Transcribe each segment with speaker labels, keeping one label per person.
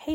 Speaker 1: hey,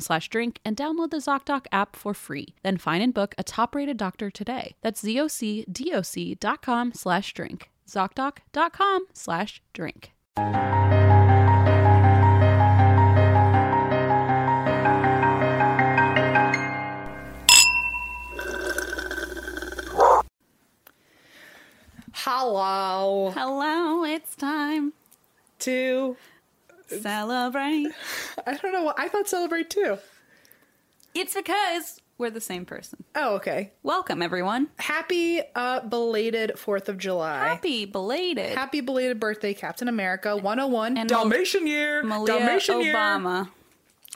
Speaker 2: slash drink and download the ZocDoc app for free. Then find and book a top-rated doctor today. That's ZocDoc.com slash drink. ZocDoc.com slash drink.
Speaker 3: Hello
Speaker 2: Hello, it's time.
Speaker 3: to
Speaker 2: Celebrate.
Speaker 3: I don't know what I thought celebrate too.
Speaker 2: It's because we're the same person.
Speaker 3: Oh, okay.
Speaker 2: Welcome, everyone.
Speaker 3: Happy uh belated Fourth of July.
Speaker 2: Happy belated
Speaker 3: Happy belated birthday, Captain America 101
Speaker 2: And
Speaker 3: Dalmatian year.
Speaker 2: Malia
Speaker 3: Dalmatian year.
Speaker 2: Obama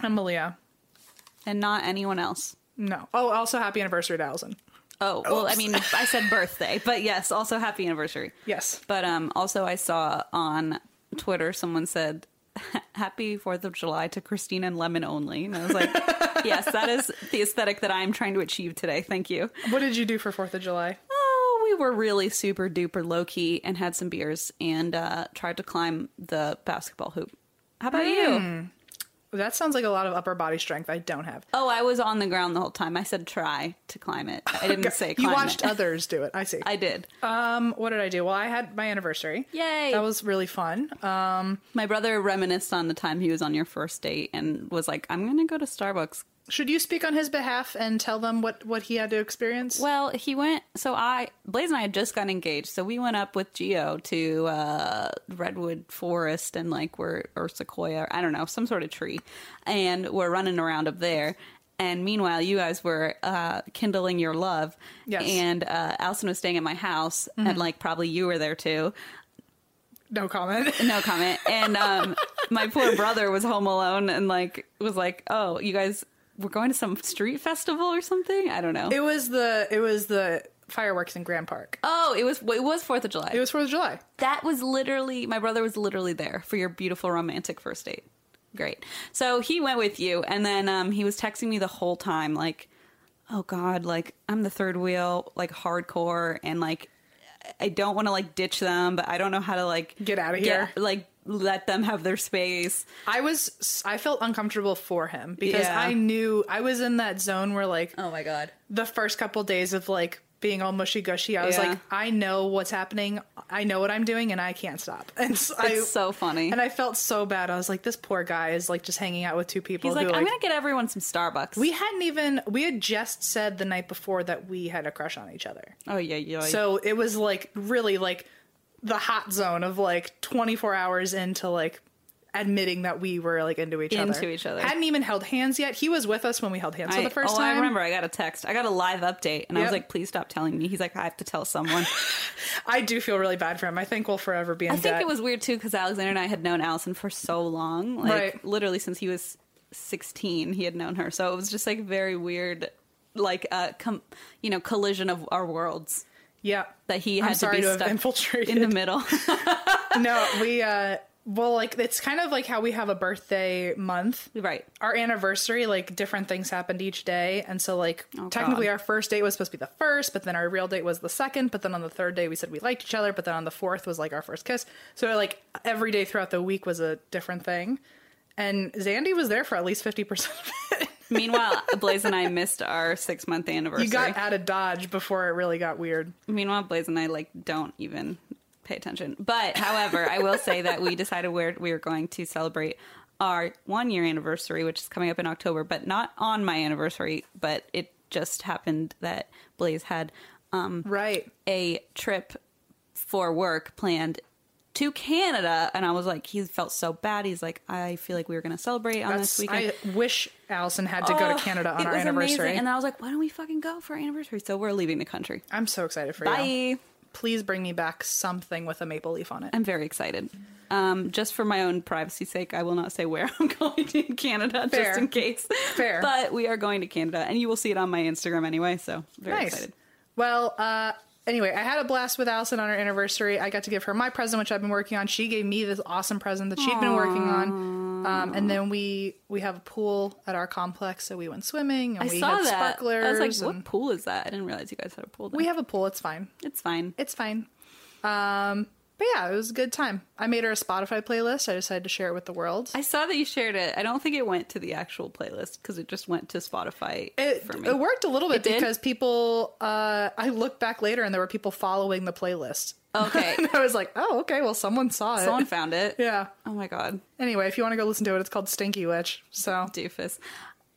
Speaker 3: And Malia.
Speaker 2: and not anyone else.
Speaker 3: No. Oh, also happy anniversary to Allison.
Speaker 2: Oh, well, I mean, I said birthday, but yes, also happy anniversary.
Speaker 3: Yes.
Speaker 2: But um, also, I saw on Twitter someone said, Happy 4th of July to Christine and Lemon only. And I was like, Yes, that is the aesthetic that I'm trying to achieve today. Thank you.
Speaker 3: What did you do for Fourth of July?
Speaker 2: Oh, we were really super duper low key and had some beers and uh, tried to climb the basketball hoop. How about
Speaker 3: Hmm.
Speaker 2: you?
Speaker 3: That sounds like a lot of upper body strength I don't have.
Speaker 2: Oh, I was on the ground the whole time. I said try to climb it. I didn't say
Speaker 3: you
Speaker 2: climb
Speaker 3: watched
Speaker 2: it.
Speaker 3: others do it. I see.
Speaker 2: I did.
Speaker 3: um, what did I do? Well, I had my anniversary.
Speaker 2: Yay.
Speaker 3: That was really fun. Um,
Speaker 2: My brother reminisced on the time he was on your first date and was like, I'm going to go to Starbucks.
Speaker 3: should you speak on his behalf and tell them what what he had to experience?
Speaker 2: Well, he went. So I, Blaze and I had just gotten engaged. So we went up with Geo to uh, Redwood Forest and like we're, or Sequoia, I don't know, some sort of tree. And we're running around up there. And meanwhile, you guys were uh, kindling your love.
Speaker 3: Yes. Mm-hmm.
Speaker 2: And uh, Allison was staying at my house and like probably you were there too.
Speaker 3: no comment.
Speaker 2: no comment. And um, my poor brother was home alone and like was like, "Oh, you guys were going to some street festival or something? I don't know."
Speaker 3: It was the it was the fireworks in Grand Park.
Speaker 2: oh, it was it was Fourth of July.
Speaker 3: It was Fourth of July.
Speaker 2: that was literally my brother was literally there for your beautiful romantic first date. Great. So he went with you, and then um, he was texting me the whole time, like, "Oh God, like I'm the third wheel, like hardcore, and like." I don't want to like ditch them, but I don't know how to like
Speaker 3: Get outta here.
Speaker 2: like let them have their space.
Speaker 3: I was I felt uncomfortable for him because
Speaker 2: Yeah.
Speaker 3: I knew I was in that zone where like
Speaker 2: Oh my god.
Speaker 3: the first couple days of like being all mushy gushy. I was
Speaker 2: Yeah.
Speaker 3: like, I know what's happening. I know what I'm doing, and I can't stop. And so I,
Speaker 2: It's so funny.
Speaker 3: and I felt so bad. I was like, this poor guy is like just hanging out with two people.
Speaker 2: He's like,
Speaker 3: who,
Speaker 2: I'm gonna get everyone some Starbucks.
Speaker 3: we hadn't even we had just said the night before that we had a crush on each other.
Speaker 2: oh yeah, yeah.
Speaker 3: So it was like really like the hot zone of like 24 hours into like admitting that we were like into each other.
Speaker 2: Into each other.
Speaker 3: Hadn't even held hands yet. He was with us when we held hands for
Speaker 2: I,
Speaker 3: the first
Speaker 2: oh,
Speaker 3: time.
Speaker 2: I remember I got a text. I got a live update, and I was
Speaker 3: Yep.
Speaker 2: like, "Please stop telling me." He's like, "I have to tell someone."
Speaker 3: I do feel really bad for him. I think we'll forever be in
Speaker 2: I think
Speaker 3: debt.
Speaker 2: it was weird too because Alexander and I had known Allison for so long, like
Speaker 3: Right.
Speaker 2: literally since he was sixteen, he had known her. So it was just like very weird, like uh, com- you know, collision of our worlds
Speaker 3: yeah.
Speaker 2: that he
Speaker 3: I'm
Speaker 2: had to
Speaker 3: sorry
Speaker 2: be
Speaker 3: to have
Speaker 2: stuck
Speaker 3: infiltrated.
Speaker 2: in the middle.
Speaker 3: no, we uh well like it's kind of like how we have a birthday month.
Speaker 2: right.
Speaker 3: Our anniversary, like different things happened each day. And so like technically
Speaker 2: Oh, God.
Speaker 3: our first date was supposed to be the first, but then our real date was the second, but then on the third day we said we liked each other, but then on the fourth was like our first kiss. So like every day throughout the week was a different thing. And Zandy was there for at least fifty percent of it.
Speaker 2: Meanwhile, Blaze and I missed our six month anniversary.
Speaker 3: You got out of Dodge before it really got weird.
Speaker 2: Meanwhile, Blaze and I like don't even pay attention. But however, I will say that we decided where we were going to celebrate our one year anniversary, which is coming up in October, but not on my anniversary. But it just happened that Blaze had um,
Speaker 3: Right.
Speaker 2: a trip for work planned to Canada, and I was like, he felt so bad. He's like, I feel like we were going to celebrate on
Speaker 3: That's,
Speaker 2: this weekend.
Speaker 3: I wish Allison had to go to
Speaker 2: Ugh,
Speaker 3: Canada on
Speaker 2: it
Speaker 3: our
Speaker 2: was
Speaker 3: anniversary.
Speaker 2: amazing. And then I was like, why don't we fucking go for our anniversary? So we're leaving the country.
Speaker 3: I'm so excited for you.
Speaker 2: Bye.
Speaker 3: please bring me back something with a maple leaf on it.
Speaker 2: I'm very excited. Um, just for my own privacy sake, I will not say where I'm going to in Canada,
Speaker 3: Fair.
Speaker 2: just in case.
Speaker 3: Fair.
Speaker 2: But we are going to Canada, and you will see it on my Instagram anyway. So very
Speaker 3: nice.
Speaker 2: excited.
Speaker 3: Well, uh, anyway, I had a blast with Allison on her anniversary. I got to give her my present, which I've been working on. She gave me this awesome present that she'd been working on. Um, and then we we have a pool at our complex, so we went swimming and
Speaker 2: I
Speaker 3: we
Speaker 2: saw
Speaker 3: had
Speaker 2: that.
Speaker 3: sparklers.
Speaker 2: I was like, "What
Speaker 3: and
Speaker 2: pool is that?" I didn't realize you guys had a pool. There.
Speaker 3: we have a pool. It's fine.
Speaker 2: it's fine.
Speaker 3: It's fine. Um, but yeah, it was a good time. I made her a Spotify playlist. I decided to share it with the world.
Speaker 2: I saw that you shared it. I don't think it went to the actual playlist because it just went to Spotify
Speaker 3: It,
Speaker 2: for me.
Speaker 3: it worked a little bit
Speaker 2: did?
Speaker 3: because people. Uh, I looked back later, and there were people following the playlist.
Speaker 2: Okay,
Speaker 3: And I was like, oh, okay, well, someone saw it.
Speaker 2: someone found it.
Speaker 3: yeah.
Speaker 2: Oh my god.
Speaker 3: Anyway, if you want to go listen to it, it's called Stinky Witch. So
Speaker 2: doofus.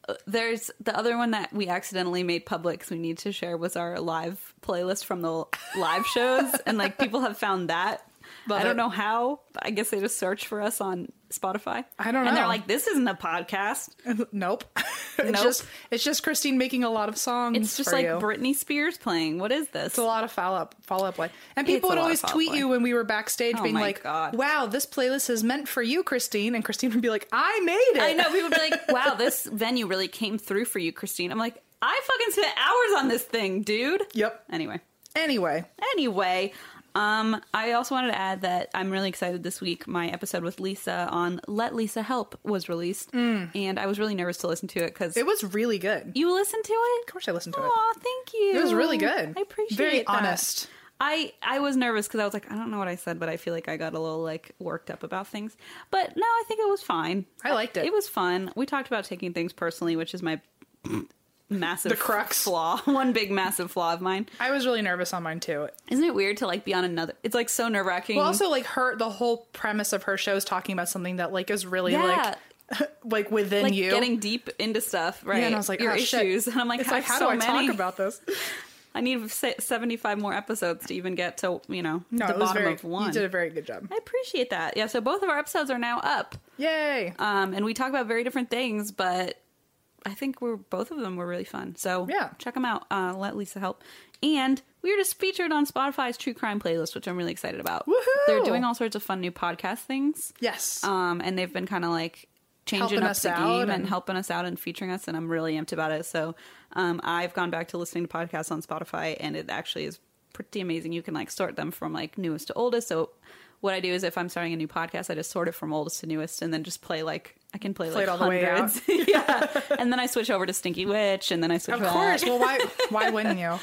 Speaker 2: Uh, There's the other one that we accidentally made public because we need to share was our live playlist from the live shows, and like people have found that.
Speaker 3: Love
Speaker 2: I don't
Speaker 3: it.
Speaker 2: know how. But I guess they just search for us on Spotify.
Speaker 3: I don't
Speaker 2: And they're
Speaker 3: know.
Speaker 2: like, "This isn't a podcast.
Speaker 3: nope. it's
Speaker 2: Nope.
Speaker 3: just it's just Christine making a lot of songs.
Speaker 2: It's just
Speaker 3: for
Speaker 2: like
Speaker 3: you.
Speaker 2: Britney Spears playing. What is this?"
Speaker 3: It's a lot of follow up follow up play. And people
Speaker 2: a
Speaker 3: would
Speaker 2: lot of
Speaker 3: always
Speaker 2: follow-up
Speaker 3: tweet
Speaker 2: play.
Speaker 3: you when we were backstage
Speaker 2: Oh
Speaker 3: being
Speaker 2: my
Speaker 3: like,
Speaker 2: God.
Speaker 3: Wow, this playlist is meant for you, Christine. And Christine would be like, I made it.
Speaker 2: I know people be like, "Wow, this venue really came through for you, Christine." I'm like, "I fucking spent hours on this thing, dude."
Speaker 3: Yep.
Speaker 2: Anyway.
Speaker 3: Anyway.
Speaker 2: Anyway, um, I also wanted to add that I'm really excited this week. My episode with Lisa on Let Lisa Help was released, and I was really nervous to listen to it because
Speaker 3: Mm. It was really good.
Speaker 2: you listened to it. Of
Speaker 3: course I listened to it.
Speaker 2: Aw, thank you.
Speaker 3: It was really good.
Speaker 2: I appreciate
Speaker 3: Very
Speaker 2: that.
Speaker 3: honest.
Speaker 2: I, I was nervous because I was like, I don't know what I said, but I feel like I got a little like worked up about things. But no, I think it was fine.
Speaker 3: I liked it.
Speaker 2: It was fun. We talked about taking things personally, which is my massive
Speaker 3: The crux.
Speaker 2: flaw, one big massive flaw of mine.
Speaker 3: I was really nervous on mine too.
Speaker 2: Isn't it weird to like be on another? It's like so nerve wracking.
Speaker 3: Well, also like her, the whole premise of her show is talking about something that like is really
Speaker 2: Yeah.
Speaker 3: like like within
Speaker 2: like
Speaker 3: you.
Speaker 2: getting deep into stuff, right?
Speaker 3: yeah, and I was like,
Speaker 2: your
Speaker 3: oh, shit.
Speaker 2: issues, and I'm like,
Speaker 3: it's like, how
Speaker 2: so
Speaker 3: do I
Speaker 2: many.
Speaker 3: talk about this?
Speaker 2: I need se- 75 more episodes to even get to you know
Speaker 3: No,
Speaker 2: the
Speaker 3: it was
Speaker 2: bottom
Speaker 3: very,
Speaker 2: of one.
Speaker 3: You did a very good job.
Speaker 2: I appreciate that. Yeah, so both of our episodes are now up,
Speaker 3: Yay!
Speaker 2: um, and we talk about very different things, but I think we're both of them were really fun. So
Speaker 3: Yeah.
Speaker 2: check them out. Uh, Let Lisa help, and we were just featured on Spotify's True Crime playlist, which I'm really excited about.
Speaker 3: Woohoo!
Speaker 2: They're doing all sorts of fun new podcast things.
Speaker 3: yes,
Speaker 2: um, and they've been kind of like changing
Speaker 3: Helping
Speaker 2: up
Speaker 3: us
Speaker 2: the
Speaker 3: out
Speaker 2: game and,
Speaker 3: and-
Speaker 2: helping us out and featuring us and i'm really amped about it so um, i've gone back to listening to podcasts on spotify and it actually is pretty amazing you can like sort them from like newest to oldest so what i do is if i'm starting a new podcast i just sort it from oldest to newest and then just play like i can play,
Speaker 3: Play
Speaker 2: like
Speaker 3: it all the way
Speaker 2: hundreds yeah and then i switch over to stinky witch and then i switch
Speaker 3: of
Speaker 2: back.
Speaker 3: course. well, why why wouldn't you?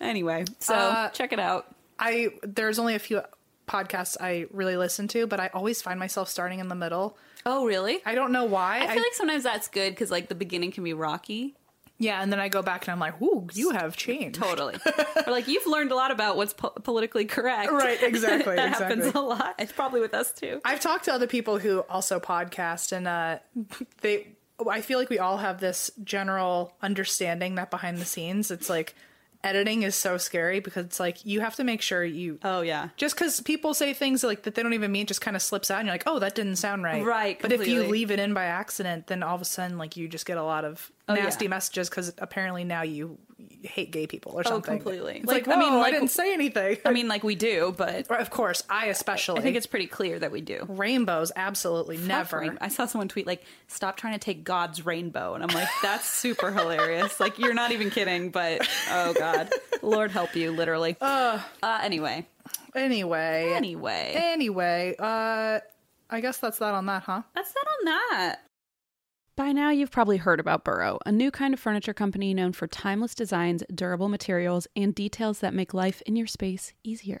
Speaker 2: anyway so
Speaker 3: Uh,
Speaker 2: check it out
Speaker 3: I there's only a few podcasts I really listen to, but I always find myself starting in the middle.
Speaker 2: oh really i,
Speaker 3: I don't know why.
Speaker 2: feel like sometimes that's good because like the beginning can be rocky
Speaker 3: Yeah, and then I go back and I'm like, "Ooh, you have changed."
Speaker 2: Totally. Or like you've learned a lot about what's po- politically correct.
Speaker 3: Right, exactly,
Speaker 2: that happens a
Speaker 3: exactly.
Speaker 2: lot. It's probably with us too.
Speaker 3: I've talked to other people who also podcast, and uh, they, I feel like we all have this general understanding that behind the scenes, it's like editing is so scary because it's like you have to make sure you.
Speaker 2: Oh yeah.
Speaker 3: just because people say things like that they don't even mean just kind of slips out and you're like oh that didn't sound right
Speaker 2: Right,
Speaker 3: but if you
Speaker 2: completely.
Speaker 3: leave it in by accident then all of a sudden like you just get a lot of
Speaker 2: Oh, yeah.
Speaker 3: nasty messages 'cause messages because apparently now you hate gay people or something
Speaker 2: Oh, completely.
Speaker 3: it's
Speaker 2: Like,
Speaker 3: like,
Speaker 2: I
Speaker 3: I
Speaker 2: mean,
Speaker 3: mean
Speaker 2: like-
Speaker 3: i didn't say anything
Speaker 2: I mean, like we do, but
Speaker 3: Or, of course i especially
Speaker 2: I think it's pretty clear that we do.
Speaker 3: rainbows absolutely never
Speaker 2: Rain- I saw someone tweet like, "Stop trying to take God's rainbow," and I'm like, "That's super hilarious." Like you're not even kidding, but oh god, Lord help you, literally. Uh, anyway,
Speaker 3: anyway
Speaker 2: anyway,
Speaker 3: anyway uh i guess that's that on that huh
Speaker 2: that's that on that.
Speaker 1: By now, you've probably heard about Burrow, a new kind of furniture company known for timeless designs, durable materials, and details that make life in your space easier.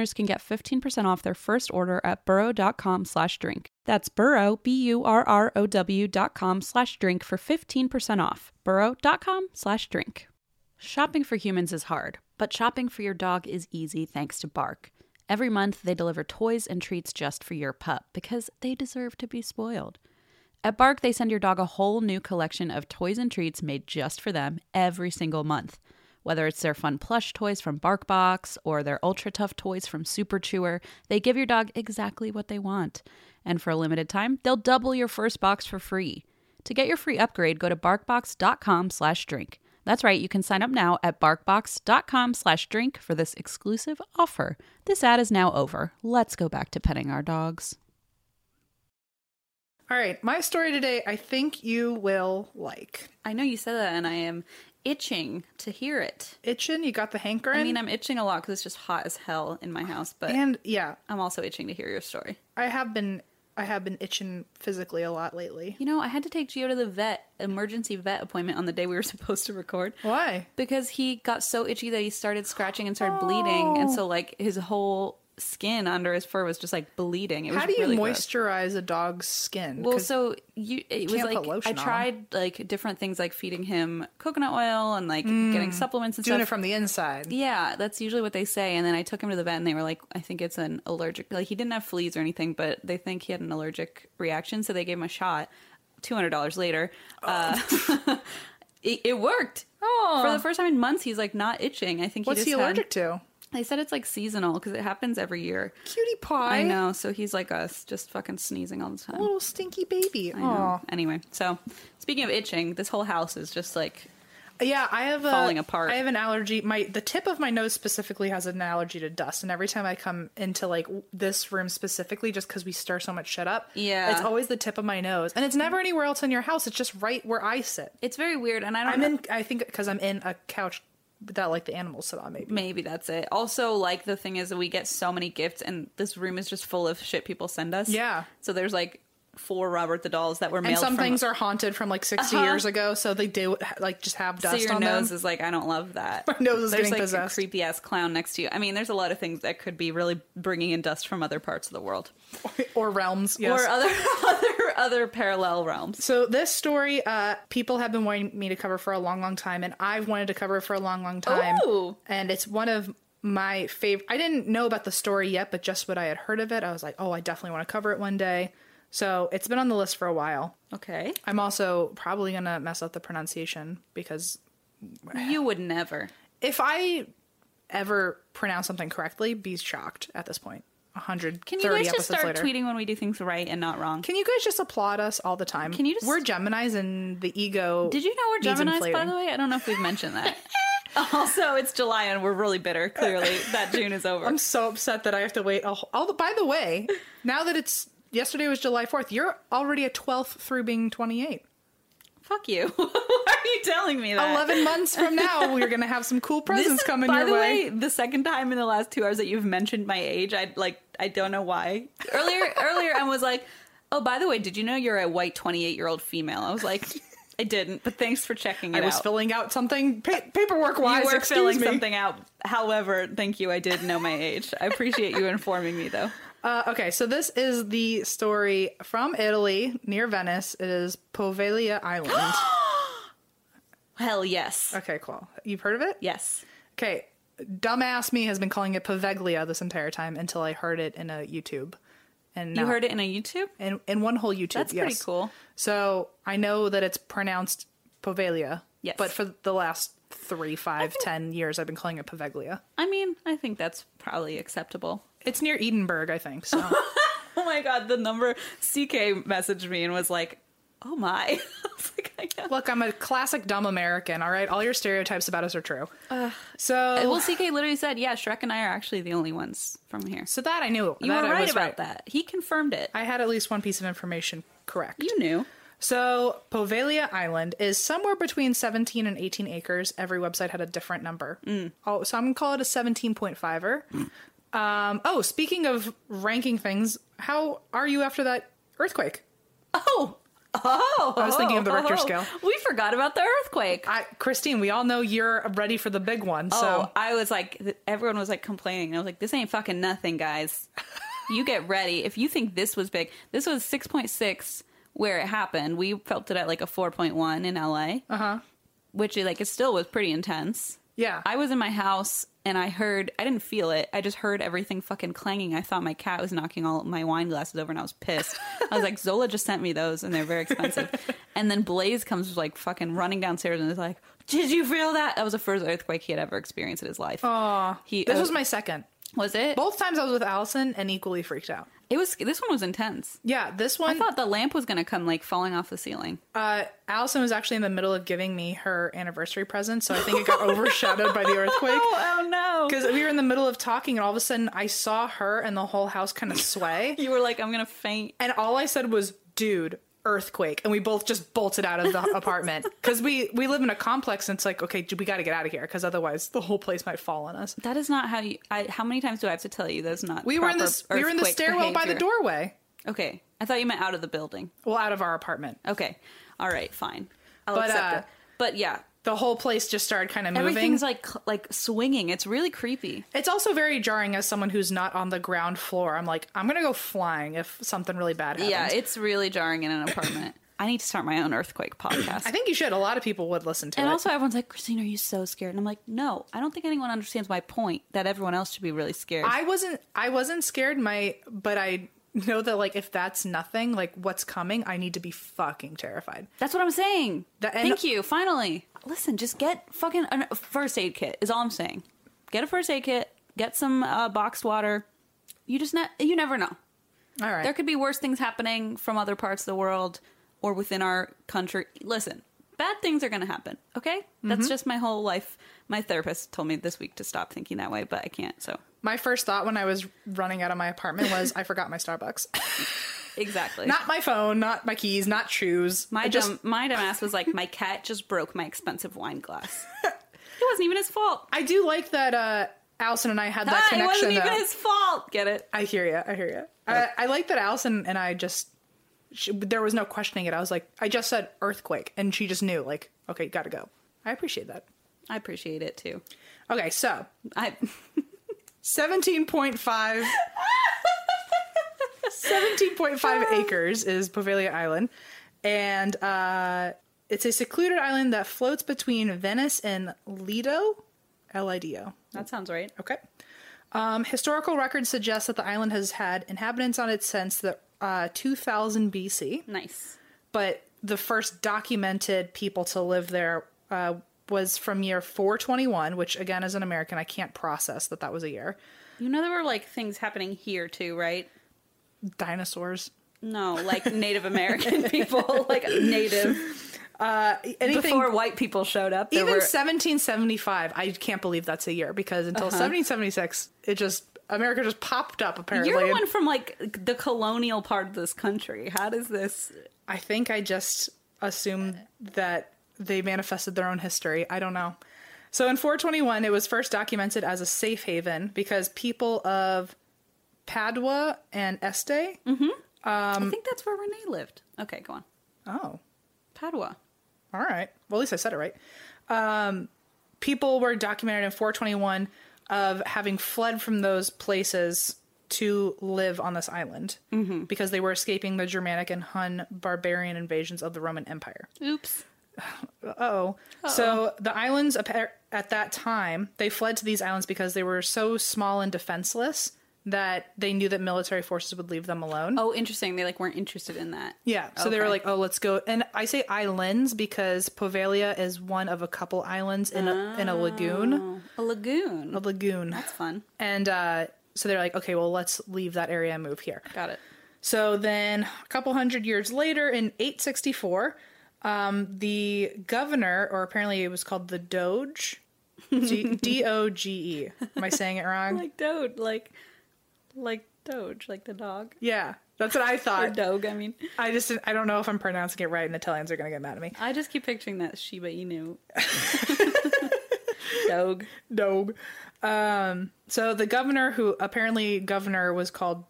Speaker 1: can get 15% off their first order at burrow.com slash drink. That's burrow, B-U-R-R-O-W dot com slash drink for 15% off. burrow.com slash drink. Shopping for humans is hard, but shopping for your dog is easy thanks to Bark. Every month, they deliver toys and treats just for your pup because they deserve to be spoiled. At Bark, they send your dog a whole new collection of toys and treats made just for them every single month. Whether it's their fun plush toys from BarkBox or their ultra tough toys from Super Chewer, they give your dog exactly what they want. And for a limited time, they'll double your first box for free. To get your free upgrade, go to barkbox.com/drink. That's right, you can sign up now at barkbox.com/drink for this exclusive offer. This ad is now over. Let's go back to petting our dogs.
Speaker 3: all right my story today i think you will like
Speaker 2: I know you said that, and I am itching to hear it.
Speaker 3: itching you got the hankering
Speaker 2: I mean, I'm itching a lot because it's just hot as hell in my house, but
Speaker 3: and yeah
Speaker 2: I'm also itching to hear your story.
Speaker 3: I have been I have been itching physically a lot lately.
Speaker 2: You know, I had to take Gio to the vet, emergency vet appointment on the day we were supposed to record
Speaker 3: Why?
Speaker 2: because he got so itchy that he started scratching and started bleeding, and so like his whole skin under his fur was just like bleeding. It was
Speaker 3: How do you
Speaker 2: really gross.
Speaker 3: moisturize a dog's skin?
Speaker 2: Well,
Speaker 3: 'Cause-
Speaker 2: so you it was
Speaker 3: can't put
Speaker 2: like
Speaker 3: lotion
Speaker 2: I
Speaker 3: on 'em.
Speaker 2: tried like different things like feeding him coconut oil and like getting supplements and
Speaker 3: Mm. doing
Speaker 2: stuff.
Speaker 3: it from the inside.
Speaker 2: Yeah, that's usually what they say. And then I took him to the vet, and they were like, "I think it's an allergic. Like he didn't have fleas or anything, but they think he had an allergic reaction, so they gave him a shot." Two hundred dollars later, uh, it, it worked.
Speaker 3: Oh.
Speaker 2: For the first time in months, he's like not itching. I think
Speaker 3: What's
Speaker 2: he, just
Speaker 3: he
Speaker 2: had-
Speaker 3: allergic to?
Speaker 2: They said it's like seasonal because it happens every year.
Speaker 3: Cutie pie.
Speaker 2: I know. So he's like us, just fucking sneezing all the time.
Speaker 3: Little stinky baby.
Speaker 2: I know.
Speaker 3: Aw.
Speaker 2: Anyway, so speaking of itching, this whole house is just like
Speaker 3: Yeah, I have a,
Speaker 2: Falling apart.
Speaker 3: I have an allergy. My the tip of my nose specifically has an allergy to dust, and every time I come into like w- this room specifically, just because we stir so much shit up,
Speaker 2: Yeah.
Speaker 3: it's always the tip of my nose, and it's never anywhere else in your house. It's just right where I sit.
Speaker 2: it's very weird. And I don't.
Speaker 3: I'm
Speaker 2: know-
Speaker 3: in. I think because I'm in a couch that like the animals sit on, maybe.
Speaker 2: Maybe that's it. Also, like the thing is that we get so many gifts, and this room is just full of shit people send us.
Speaker 3: Yeah.
Speaker 2: So there's like four Robert the dolls that were mailed.
Speaker 3: and some
Speaker 2: from-
Speaker 3: things are haunted from like 60 years ago so they do like just have
Speaker 2: Uh-huh. So
Speaker 3: dust
Speaker 2: your
Speaker 3: on
Speaker 2: nose
Speaker 3: them
Speaker 2: is like, I don't love that.
Speaker 3: My nose is
Speaker 2: there's
Speaker 3: getting
Speaker 2: like
Speaker 3: possessed.
Speaker 2: a creepy ass clown next to you. I mean, there's a lot of things that could be really bringing in dust from other parts of the world
Speaker 3: or realms yes.
Speaker 2: or other other other parallel realms.
Speaker 3: so this story uh people have been wanting me to cover for a long long time and i've wanted to cover it for a long long time
Speaker 2: Ooh.
Speaker 3: and it's one of my favorite i didn't know about the story yet but just what i had heard of it i was like oh i definitely want to cover it one day so it's been on the list for a while
Speaker 2: Okay.
Speaker 3: i'm also probably gonna mess up the pronunciation because
Speaker 2: You would never.
Speaker 3: If I ever pronounce something correctly, be shocked at this point. 130
Speaker 2: Can you guys just
Speaker 3: episodes
Speaker 2: start
Speaker 3: later.
Speaker 2: tweeting when we do things right and not wrong?
Speaker 3: Can you guys just applaud us all the time?
Speaker 2: Can you just-
Speaker 3: We're Gemini's and the ego.
Speaker 2: Did you know we're
Speaker 3: needs
Speaker 2: Gemini's, by
Speaker 3: inflating.
Speaker 2: the way? I don't know if we've mentioned that. also, it's July and we're really bitter, clearly, that June is over.
Speaker 3: I'm so upset that I have to wait. A whole, all the. By the way, now that it's yesterday was July 4th, you're already a 12th through being 28.
Speaker 2: Fuck you. Why are you telling me that?
Speaker 3: 11 months from now, we're gonna have some cool
Speaker 2: Uh, This
Speaker 3: presents
Speaker 2: is,
Speaker 3: coming
Speaker 2: by
Speaker 3: your
Speaker 2: the
Speaker 3: way.
Speaker 2: way, the second time in the last two hours that you've mentioned my age, I like I don't know why. Earlier earlier I was like, Oh, by the way, did you know you're a white twenty eight year old female? I was like, I didn't, but thanks for checking it
Speaker 3: I
Speaker 2: out.
Speaker 3: was filling out something pa- paperwork
Speaker 2: you
Speaker 3: wise.
Speaker 2: were
Speaker 3: excuse
Speaker 2: filling
Speaker 3: me.
Speaker 2: something out. However, thank you. I did know my age. I appreciate you informing me, though.
Speaker 3: Uh, okay, so this is the story from Italy near Venice. It is Poveglia Island.
Speaker 2: Hell yes,
Speaker 3: okay, cool. You've heard of it?
Speaker 2: yes.
Speaker 3: Okay, dumbass me has been calling it Poveglia this entire time until I heard it in a YouTube. And
Speaker 2: You heard it in a YouTube.
Speaker 3: in, in one whole YouTube.
Speaker 2: That's pretty
Speaker 3: yes.
Speaker 2: cool.
Speaker 3: So I know that it's pronounced Poveglia.
Speaker 2: Yes.
Speaker 3: But for the last three, five, ten years, I've been calling it Poveglia.
Speaker 2: I mean, I think that's probably acceptable.
Speaker 3: It's near Edinburgh, I think. So
Speaker 2: Oh my god, the number CK messaged me and was like, "Oh my." I was like, I know.
Speaker 3: look, I'm a classic dumb American. All right, all your stereotypes about us are true.
Speaker 2: Uh,
Speaker 3: so
Speaker 2: Well, CK literally said, "Yeah, Shrek and I are actually the only ones from here."
Speaker 3: So that I knew.
Speaker 2: You
Speaker 3: that
Speaker 2: were
Speaker 3: I
Speaker 2: right
Speaker 3: was
Speaker 2: about that. He confirmed it.
Speaker 3: I had at least one piece of information correct.
Speaker 2: you knew.
Speaker 3: So Poveglia Island is somewhere between 17 and 18 acres. Every website had a different number.
Speaker 2: Mm.
Speaker 3: Oh, so I'm gonna call it a 17.5er. Um, oh, speaking of ranking things, how are you after that earthquake?
Speaker 2: Oh. Oh, I
Speaker 3: was thinking of the Richter scale.
Speaker 2: We forgot about the earthquake.
Speaker 3: I, Christine, we all know you're ready for the big one. So
Speaker 2: oh, I was like, th- everyone was like complaining. and I was like, this ain't fucking nothing, guys. you get ready. If you think this was big, this was 6.6 where it happened. We felt it at like a 4.1 in LA, uh-huh. which like it still was pretty intense.
Speaker 3: yeah,
Speaker 2: I was in my house and I heard, I didn't feel it. I just heard everything fucking clanging. I thought my cat was knocking all my wine glasses over and I was pissed. I was like, Zola just sent me those and they're very expensive. and then Blaze comes like fucking running downstairs and is like, Did you feel that? That was the first earthquake he had ever experienced in his life. Oh, he,
Speaker 3: this
Speaker 2: uh,
Speaker 3: was my second.
Speaker 2: was it?
Speaker 3: Both times I was with Allison and equally freaked out.
Speaker 2: It was, this one was intense.
Speaker 3: Yeah, this
Speaker 2: I
Speaker 3: one.
Speaker 2: thought the lamp was going to come like falling off the ceiling.
Speaker 3: Uh, Allison was actually in the middle of giving me her anniversary present, so I think it got overshadowed by the earthquake.
Speaker 2: oh no.
Speaker 3: Because we were in the middle of talking, and all of a sudden I saw her and the whole house kind of sway.
Speaker 2: You were like, I'm going to faint.
Speaker 3: And all I said was, dude, earthquake. And we both just bolted out of the apartment. Because we, we live in a complex, and it's like, okay, dude, we got to get out of here, because otherwise the whole place might fall on us.
Speaker 2: That is not how you. I, how many times do I have to tell you that's not?
Speaker 3: We were in
Speaker 2: proper
Speaker 3: this we were in the
Speaker 2: earthquake
Speaker 3: stairwell by the
Speaker 2: behavior?
Speaker 3: doorway.
Speaker 2: Okay. I thought you meant out of the building.
Speaker 3: Well, out of our apartment.
Speaker 2: Okay. All right, fine. I'll
Speaker 3: But,
Speaker 2: accept
Speaker 3: uh,
Speaker 2: it. But yeah,
Speaker 3: The whole place just started kind of moving.
Speaker 2: everything's like like swinging. It's really creepy.
Speaker 3: It's also very jarring as someone who's not on the ground floor. I'm like, I'm gonna go flying if something really bad happens.
Speaker 2: Yeah, it's really jarring in an apartment. I need to start my own earthquake podcast.
Speaker 3: I think you should. A lot of people would listen to
Speaker 2: and
Speaker 3: it.
Speaker 2: also everyone's like, "Christine, are you so scared?" And I'm like, "No, I don't think anyone understands my point that everyone else should be really scared."
Speaker 3: I wasn't. I wasn't scared. My, but I know that like if that's nothing, like what's coming, I need to be fucking terrified.
Speaker 2: That's what I'm saying.
Speaker 3: The- and-
Speaker 2: Thank you. Finally, listen. Just get fucking a a first aid kit. Is all I'm saying. Get a first aid kit. Get some uh, boxed water. You just ne- you never know.
Speaker 3: All right.
Speaker 2: There could be worse things happening from other parts of the world or within our country. Listen, bad things are going to happen. Okay,
Speaker 3: Mm-hmm.
Speaker 2: that's just my whole life. My therapist told me this week to stop thinking that way, but I can't. So
Speaker 3: my first thought when I was running out of my apartment was, I forgot my Starbucks,
Speaker 2: exactly.
Speaker 3: not my phone, not my keys, not shoes.
Speaker 2: my
Speaker 3: I
Speaker 2: dumb, my dumb ass was like, my cat just broke my expensive wine glass. it wasn't even his fault.
Speaker 3: I do like that. uh Allison and I had that
Speaker 2: Ah, it
Speaker 3: connection.
Speaker 2: wasn't even
Speaker 3: though.
Speaker 2: his fault. Get it?
Speaker 3: I hear you. I hear you.
Speaker 2: Oh.
Speaker 3: I, I like that Allison and I just, she, there was no questioning it. I was like, I just said earthquake, and she just knew, like, okay, gotta go. I appreciate that.
Speaker 2: I appreciate it too.
Speaker 3: Okay, so
Speaker 2: I
Speaker 3: 17.5. 17.5 acres is Pavilia Island, and uh, it's a secluded island that floats between Venice and Lido, L I D O.
Speaker 2: that sounds right.
Speaker 3: Okay. Um, historical records suggest that the island has had inhabitants on it since the uh, 2000 BC,
Speaker 2: Nice.
Speaker 3: but the first documented people to live there uh, was from year 421, which again, as an American, I can't process that that was a year.
Speaker 2: You know, there were like things happening here too, right?
Speaker 3: Dinosaurs.
Speaker 2: No, like Native American people, like Native.
Speaker 3: Anything
Speaker 2: Before white people showed up, there
Speaker 3: even
Speaker 2: were
Speaker 3: 1775, I can't believe that's a year because until
Speaker 2: Uh-huh.
Speaker 3: 1776, it just America just popped up apparently.
Speaker 2: You're the
Speaker 3: And
Speaker 2: one from like the colonial part of this country. How does this?
Speaker 3: I think I just assumed that they manifested their own history. I don't know. So in 421, it was first documented as a safe haven because people of Padua and Este.
Speaker 2: Mm-hmm. I
Speaker 3: Um,
Speaker 2: think that's where Renee lived. Okay, go on.
Speaker 3: Oh,
Speaker 2: Padua.
Speaker 3: All right. Well, at least I said it right. Um, people were documented in 421 of having fled from those places to live on this island because they were escaping the Germanic and Hun barbarian invasions of the Roman Empire.
Speaker 4: Oops.
Speaker 3: Oh, so the islands appa- at that time they fled to these islands because they were so small and defenseless that they knew that military forces would leave them alone.
Speaker 2: Oh, interesting. They like weren't interested in that.
Speaker 3: Yeah. So they were
Speaker 2: Okay.
Speaker 3: like, oh, let's go. And I say islands because Povelia is one of a couple islands in a, in a lagoon.
Speaker 2: Oh, a lagoon.
Speaker 3: A lagoon.
Speaker 2: That's fun.
Speaker 3: And uh, so they're like, okay, well, let's leave that area and move here.
Speaker 2: Got it.
Speaker 3: So then a couple hundred years later in 864, um, the governor, or apparently it was called the Doge, D- D-O-G-E. Am I saying it wrong?
Speaker 2: Like Doge, like like Doge, like the dog.
Speaker 3: yeah. That's what I
Speaker 2: Or
Speaker 3: thought.
Speaker 2: Doge, I mean.
Speaker 3: I just I don't know if I'm pronouncing it right, and Italians are gonna get mad at me.
Speaker 2: I just keep picturing that Shiba Inu. Doge.
Speaker 3: dog. Um, so the governor, who apparently governor was called,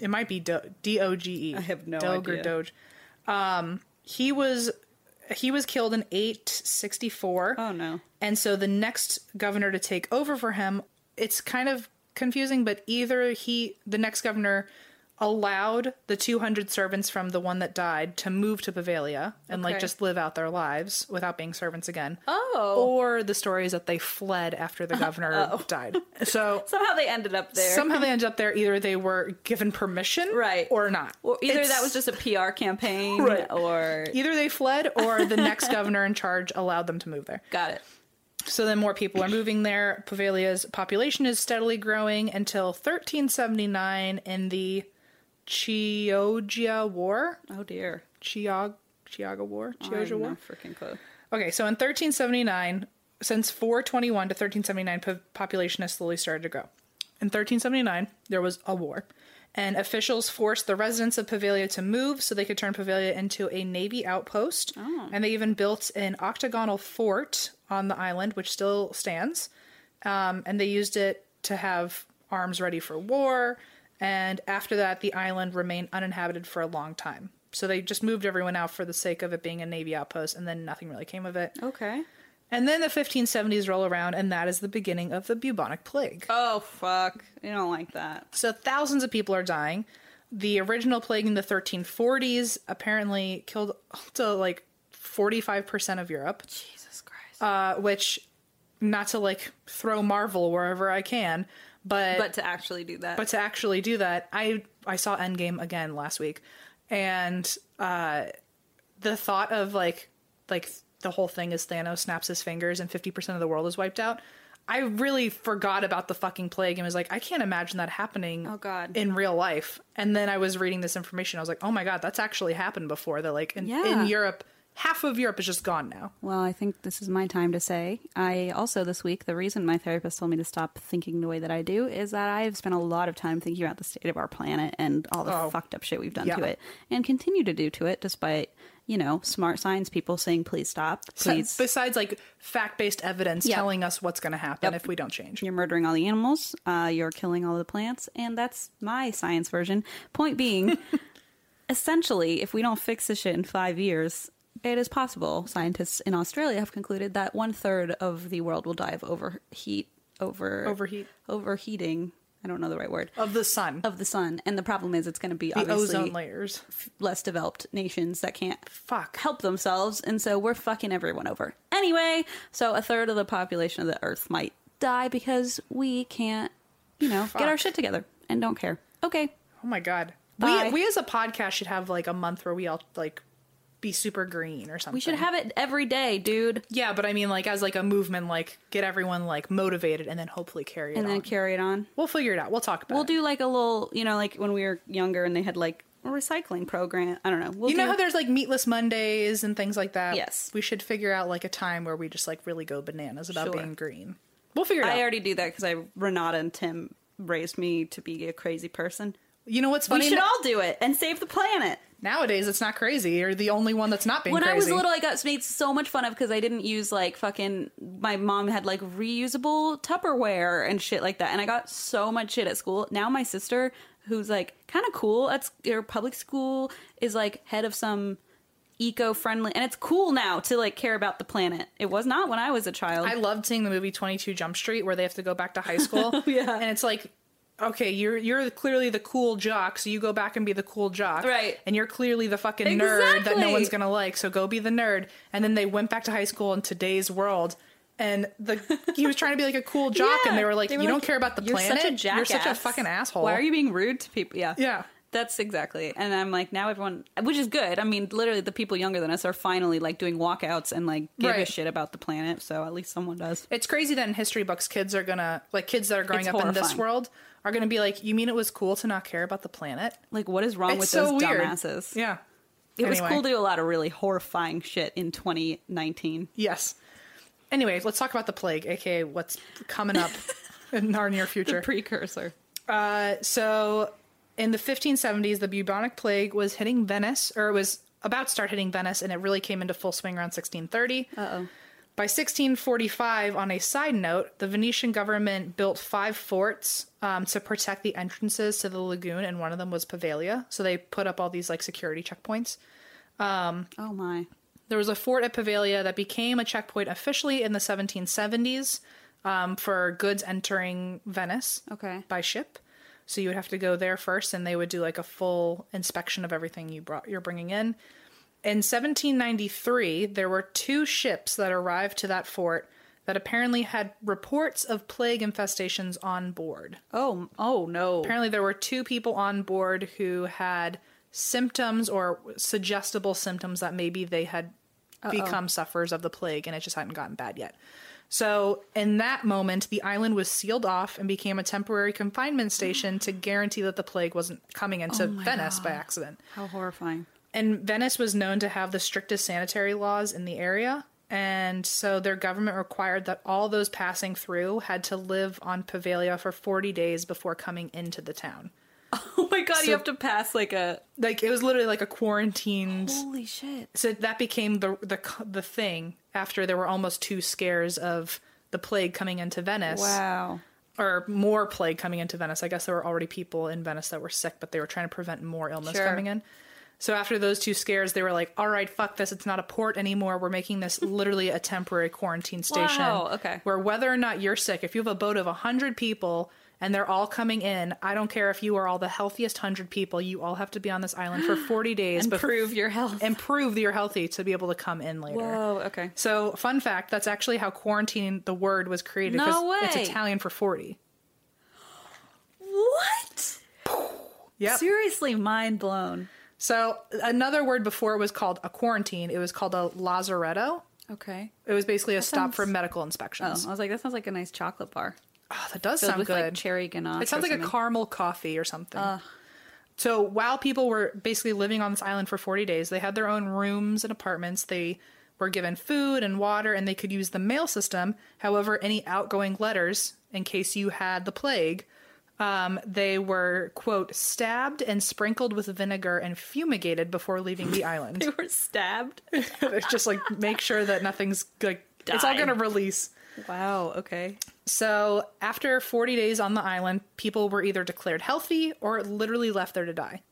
Speaker 3: it might be Do- D O G E. I
Speaker 2: have no
Speaker 3: Doge or
Speaker 2: idea.
Speaker 3: Doge. Um, he was he was killed in 864.
Speaker 2: Oh, no.
Speaker 3: And so the next governor to take over for him, it's kind of confusing, but either he the next governor allowed the 200 servants from the one that died to move to Pavalia and like
Speaker 2: Okay.
Speaker 3: just live out their lives without being servants again
Speaker 2: Oh.
Speaker 3: or the story is that they fled after the governor died. So
Speaker 2: Somehow they ended up Uh-huh. Oh. there.
Speaker 3: somehow they ended up there. Either they were given permission,
Speaker 2: Right.
Speaker 3: or not.
Speaker 2: or either
Speaker 3: It's-
Speaker 2: that was just a PR campaign
Speaker 3: Right.
Speaker 2: or
Speaker 3: either they fled or the next governor in charge allowed them to move there.
Speaker 2: got it.
Speaker 3: So then more people are moving there. Pavilia's population is steadily growing until 1379 in the Chioggia War,
Speaker 2: Oh dear.
Speaker 3: Chiog Chiaga War,
Speaker 2: I
Speaker 3: Chioggia
Speaker 2: have
Speaker 3: War.
Speaker 2: no freaking clue.
Speaker 3: Okay, so in 1379, since 421 to 1379, po- population has slowly started to grow. In 1379, there was a war, and officials forced the residents of Pavilia to move so they could turn Pavilia into a navy outpost. And they even built an octagonal fort on the island, which still stands. Um, and they used it to have arms ready for war. And after that, the island remained uninhabited for a long time. So they just moved everyone out for the sake of it being a navy outpost, and then nothing really came of it.
Speaker 2: Okay.
Speaker 3: And then the 1570s roll around, and that is the beginning of the bubonic plague.
Speaker 2: Oh fuck. You don't like that.
Speaker 3: So thousands of people are dying. The original plague in the 1340s apparently killed up to like 45% of Europe,
Speaker 2: Jesus Christ.
Speaker 3: uh, which, not to like throw Marvel wherever I can, but
Speaker 2: but to actually do that.
Speaker 3: but to actually do that i i saw endgame again last week and uh the thought of like like the whole thing is thanos snaps his fingers and 50% of the world is wiped out i really forgot about the fucking plague and was like i can't imagine that happening
Speaker 2: Oh, God.
Speaker 3: in real life and then i was reading this information i was like oh my god that's actually happened before that like in,
Speaker 2: Yeah.
Speaker 3: in europe half of europe is just gone now
Speaker 2: Well, I think this is my time to say. I also, this week, the reason my therapist told me to stop thinking the way that I do is that I've spent a lot of time thinking about the state of our planet and all the
Speaker 3: Oh.
Speaker 2: fucked up shit we've done
Speaker 3: Yeah.
Speaker 2: to it and continue to do to it, despite, you know, smart science people saying, please stop, please.
Speaker 3: besides like fact-based evidence
Speaker 2: Yeah.
Speaker 3: telling us what's going to happen if we don't change
Speaker 2: You're murdering all the animals, uh, you're killing all the plants, and that's my science version. Point being, essentially, if we don't fix this shit in five years, it is possible. Scientists in Australia have concluded that one third of the world will die of overheat, over
Speaker 3: Overheat.
Speaker 2: overheating. I don't know the right word
Speaker 3: of the sun
Speaker 2: of the sun, and the problem is it's going to be
Speaker 3: the
Speaker 2: obviously
Speaker 3: ozone layers
Speaker 2: f- less developed nations that can't
Speaker 3: fuck
Speaker 2: help themselves, and so we're fucking everyone over. Anyway, so a third of the population of the Earth might die because we can't, you know, get our shit together and don't care. Okay.
Speaker 3: Oh my god.
Speaker 2: Bye.
Speaker 3: We we as a podcast should have like a month where we all like be super green or something.
Speaker 2: We should have it every day, dude.
Speaker 3: Yeah, but I mean, like as like a movement, like get everyone like motivated and then hopefully carry it
Speaker 2: And
Speaker 3: on.
Speaker 2: then carry it on.
Speaker 3: we'll figure it out. We'll talk about.
Speaker 2: We'll
Speaker 3: it.
Speaker 2: do like a little, you know, like when we were younger and they had like a recycling program. I don't know. We'll
Speaker 3: you know
Speaker 2: do-
Speaker 3: how there's like meatless Mondays and things like that.
Speaker 2: Yes.
Speaker 3: we should figure out like a time where we just like really go bananas about
Speaker 2: Sure.
Speaker 3: being green. We'll figure it out.
Speaker 2: I already do that because I Renata and Tim raised me to be a crazy person.
Speaker 3: you know what's
Speaker 2: We
Speaker 3: funny?
Speaker 2: should all do it and save the planet.
Speaker 3: Nowadays, it's not crazy. You're the only one that's not being
Speaker 2: when
Speaker 3: crazy.
Speaker 2: I was little, I got made so much fun of because I didn't use like fucking. My mom had like reusable Tupperware and shit like that, and I got so much shit at school. Now my sister, who's like kind of cool at s- her public school, is like head of some eco-friendly, and it's cool now to like care about the planet. It was not when I was a child.
Speaker 3: I loved seeing the movie Twenty Two Jump Street where they have to go back to high school.
Speaker 2: Oh, Yeah.
Speaker 3: and it's like, okay, you're you're clearly the cool jock, so you go back and be the cool jock,
Speaker 2: Right.
Speaker 3: And you're clearly the fucking nerd that no
Speaker 2: Exactly.
Speaker 3: one's gonna like, so go be the nerd. And then they went back to high school in today's world. And the he was trying to be like a cool jock, and they were like,
Speaker 2: They were
Speaker 3: "You don't care about the
Speaker 2: "You're
Speaker 3: planet.
Speaker 2: Such a jackass.
Speaker 3: You're such a fucking asshole."
Speaker 2: Why are you being rude to people? Yeah,
Speaker 3: Yeah.
Speaker 2: That's exactly. And I'm like, now everyone, which is good. I mean, literally, the people younger than us are finally like doing walkouts and like give a
Speaker 3: Right.
Speaker 2: shit about the planet. So at least someone does.
Speaker 3: It's crazy that in history books, kids are gonna like kids that are growing
Speaker 2: It's
Speaker 3: up in this
Speaker 2: horrifying.
Speaker 3: world are gonna be like, "You mean it was cool to not care about the planet?"
Speaker 2: Like, what is wrong
Speaker 3: It's
Speaker 2: with
Speaker 3: so
Speaker 2: those
Speaker 3: weird.
Speaker 2: dumbasses?
Speaker 3: Yeah,
Speaker 2: It was
Speaker 3: Anyway.
Speaker 2: cool to do a lot of really horrifying shit in 2019.
Speaker 3: Yes. Anyway, let's talk about the plague, aka what's coming up in our near future.
Speaker 2: Precursor.
Speaker 3: uh, so, in the 1570s, the bubonic plague was hitting Venice, or it was about to start hitting Venice, and it really came into full swing around 1630.
Speaker 2: Uh-oh.
Speaker 3: By 1645, on a side note, the Venetian government built five forts um, to protect the entrances to the lagoon, and one of them was Pavalia. So they put up all these like security checkpoints.
Speaker 2: Oh my.
Speaker 3: There was a fort at Pavalia that became a checkpoint officially in the 1770s um, for goods entering Venice
Speaker 2: Okay.
Speaker 3: by ship. So you would have to go there first, and they would do like a full inspection of everything you brought you're bringing in. In 1793, there were two ships that arrived to that fort that apparently had reports of plague infestations on board.
Speaker 2: Oh. Oh no.
Speaker 3: Apparently, there were two people on board who had symptoms or suggestible symptoms that maybe they had become sufferers of the plague and it just hadn't gotten bad yet. So, in that moment, the island was sealed off and became a temporary confinement station to guarantee that the plague wasn't coming into Venice by accident.
Speaker 2: How horrifying.
Speaker 3: And Venice was known to have the strictest sanitary laws in the area. And so their government required that all those passing through had to live on Pavalia for 40 days before coming into the town.
Speaker 2: Oh my god.
Speaker 3: So-
Speaker 2: you have to pass like a.
Speaker 3: Like it was literally like a quarantined.
Speaker 2: Holy shit.
Speaker 3: So that became the the c- the thing after there were almost two scares of the plague coming into Venice
Speaker 2: Wow.
Speaker 3: or more plague coming into Venice. I guess there were already people in Venice that were sick, but they were trying to prevent more illness
Speaker 2: Sure.
Speaker 3: coming in. So after those two scares, they were like, "All right, fuck this. It's not a port anymore. We're making this literally a temporary quarantine station.
Speaker 2: Wow, okay.
Speaker 3: Where whether or not you're sick, if you have a boat of hundred people and they're all coming in, I don't care if you are all the healthiest hundred people. You all have to be on this island for forty days. bef-
Speaker 2: Improve your health.
Speaker 3: and prove that you're healthy to be able to come in later.
Speaker 2: Whoa. Okay.
Speaker 3: So, fun fact, that's actually how quarantine the word was created
Speaker 2: No
Speaker 3: because
Speaker 2: way.
Speaker 3: it's Italian for 40.
Speaker 2: What?
Speaker 3: Yep.
Speaker 2: Seriously, mind blown.
Speaker 3: So, another word before it was called a quarantine, it was called a lazaretto.
Speaker 2: Okay.
Speaker 3: It was basically a stop for
Speaker 2: sounds-
Speaker 3: medical
Speaker 2: Oh, I
Speaker 3: inspections. Oh,
Speaker 2: was like, that sounds like a nice chocolate bar
Speaker 3: that does
Speaker 2: filled
Speaker 3: sound
Speaker 2: with
Speaker 3: good.
Speaker 2: like cherry ganache.
Speaker 3: It sounds
Speaker 2: or
Speaker 3: like a
Speaker 2: something.
Speaker 3: caramel coffee or something. so while people were basically living on this island for 40 days, they had their own rooms and apartments. They were given food and water and they could use the mail system. However, any outgoing letters, in case you had the plague, um, they were, quote, stabbed and sprinkled with vinegar and fumigated before leaving the island.
Speaker 2: They were stabbed.
Speaker 3: It's just like make sure that nothing's like, it's all
Speaker 2: Died.
Speaker 3: going to release.
Speaker 2: wow. Okay.
Speaker 3: So, after 40 days on the island, people were either declared healthy or literally left there to die.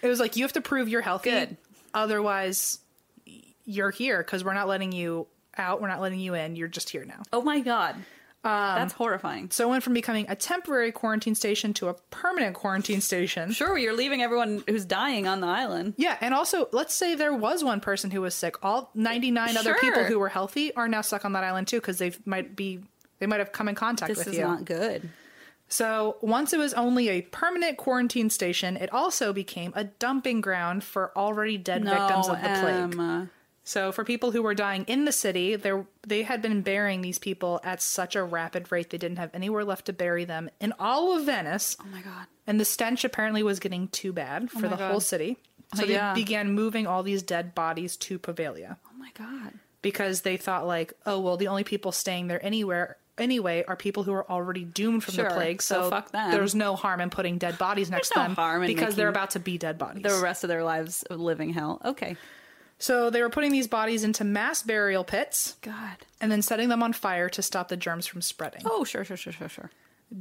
Speaker 3: It was like, you have to prove you're healthy.
Speaker 2: Good.
Speaker 3: Otherwise, y- you're here because we're not letting you out. We're not letting you in. You're just here now.
Speaker 2: Oh my god. That's horrifying.
Speaker 3: So, it went from becoming a temporary quarantine station to a permanent quarantine station.
Speaker 2: Sure, you're leaving everyone who's dying on the island.
Speaker 3: Yeah. And also, let's say there was one person who was sick. All 99 other people
Speaker 2: Sure.
Speaker 3: who were healthy are now stuck on that island too because they might be. They might have come in contact
Speaker 2: This
Speaker 3: with
Speaker 2: is
Speaker 3: you.
Speaker 2: not good.
Speaker 3: So, once it was only a permanent quarantine station, it also became a dumping ground for already dead victims of the plague.
Speaker 2: Emma.
Speaker 3: So, for people who were dying in the city, there they had been burying these people at such a rapid rate they didn't have anywhere left to bury them in all of Venice.
Speaker 2: Oh my god.
Speaker 3: And the stench apparently was getting too bad for
Speaker 2: Oh my
Speaker 3: the
Speaker 2: God.
Speaker 3: whole city. So
Speaker 2: Oh,
Speaker 3: they
Speaker 2: yeah.
Speaker 3: began moving all these dead bodies to Pavalia
Speaker 2: Oh my god.
Speaker 3: because they thought like, oh well, the only people staying there anywhere anyway are people who are already doomed from
Speaker 2: Sure,
Speaker 3: the plague.
Speaker 2: so
Speaker 3: So,
Speaker 2: fuck them.
Speaker 3: there's no harm in putting dead bodies next to
Speaker 2: no
Speaker 3: them
Speaker 2: harm in
Speaker 3: because they're
Speaker 2: making
Speaker 3: about to be dead bodies.
Speaker 2: The rest of their lives of living hell. Okay.
Speaker 3: so they were putting these bodies into mass burial pits
Speaker 2: God.
Speaker 3: and then setting them on fire to stop the germs from spreading.
Speaker 2: Oh sure, sure, sure, sure, sure.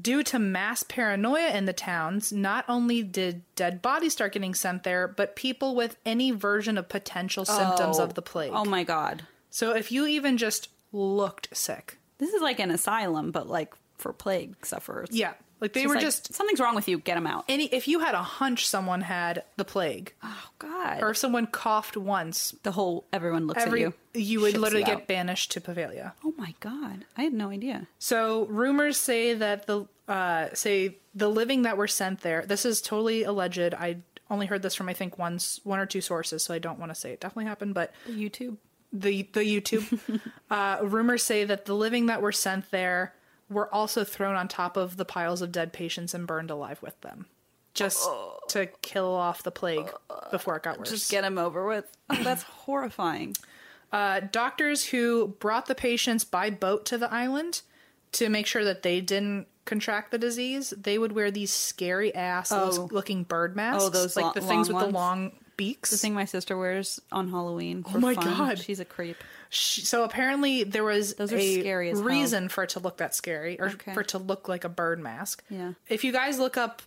Speaker 3: Due to mass paranoia in the towns, not only did dead bodies start getting sent there, but people with any version of potential symptoms
Speaker 2: Oh.
Speaker 3: of the plague.
Speaker 2: Oh my god.
Speaker 3: So if you even just looked sick,
Speaker 2: This is like an asylum, but like for plague sufferers.
Speaker 3: yeah, like they
Speaker 2: It's
Speaker 3: were
Speaker 2: like,
Speaker 3: just
Speaker 2: something's wrong with you. Get them out.
Speaker 3: any if you had a hunch someone had the plague
Speaker 2: Oh god.
Speaker 3: or if someone coughed once
Speaker 2: the whole everyone looks
Speaker 3: every
Speaker 2: at
Speaker 3: you,
Speaker 2: you.
Speaker 3: would
Speaker 2: Shits
Speaker 3: literally
Speaker 2: you
Speaker 3: get
Speaker 2: out.
Speaker 3: banished to pavelia
Speaker 2: Oh my god. I had no idea.
Speaker 3: so rumors say that the uh say the living that were sent there this is totally alleged i only heard this from i think one s- one or two sources so i don't want to say it definitely happened but
Speaker 2: YouTube.
Speaker 3: the the youtube uh rumors say that the living that were sent there were also thrown on top of the piles of dead patients and burned alive with them just to kill off the plague before it got worse
Speaker 2: Just get them over with. Oh, that's horrifying.
Speaker 3: uh, doctors who brought the patients by boat to the island to make sure that they didn't contract the disease, they would wear these scary ass
Speaker 2: Oh.
Speaker 3: looking bird masks.
Speaker 2: Oh, those
Speaker 3: like
Speaker 2: lo-
Speaker 3: the things
Speaker 2: long
Speaker 3: with the
Speaker 2: ones?
Speaker 3: long beaks.
Speaker 2: The thing my sister wears on Halloween. For
Speaker 3: Oh my
Speaker 2: fun.
Speaker 3: God.
Speaker 2: She's a creep.
Speaker 3: Sh- so apparently there was
Speaker 2: Those are
Speaker 3: a
Speaker 2: scary as hell.
Speaker 3: reason for it to look that scary or
Speaker 2: Okay.
Speaker 3: for it to look like a bird mask.
Speaker 2: Yeah.
Speaker 3: If you guys look up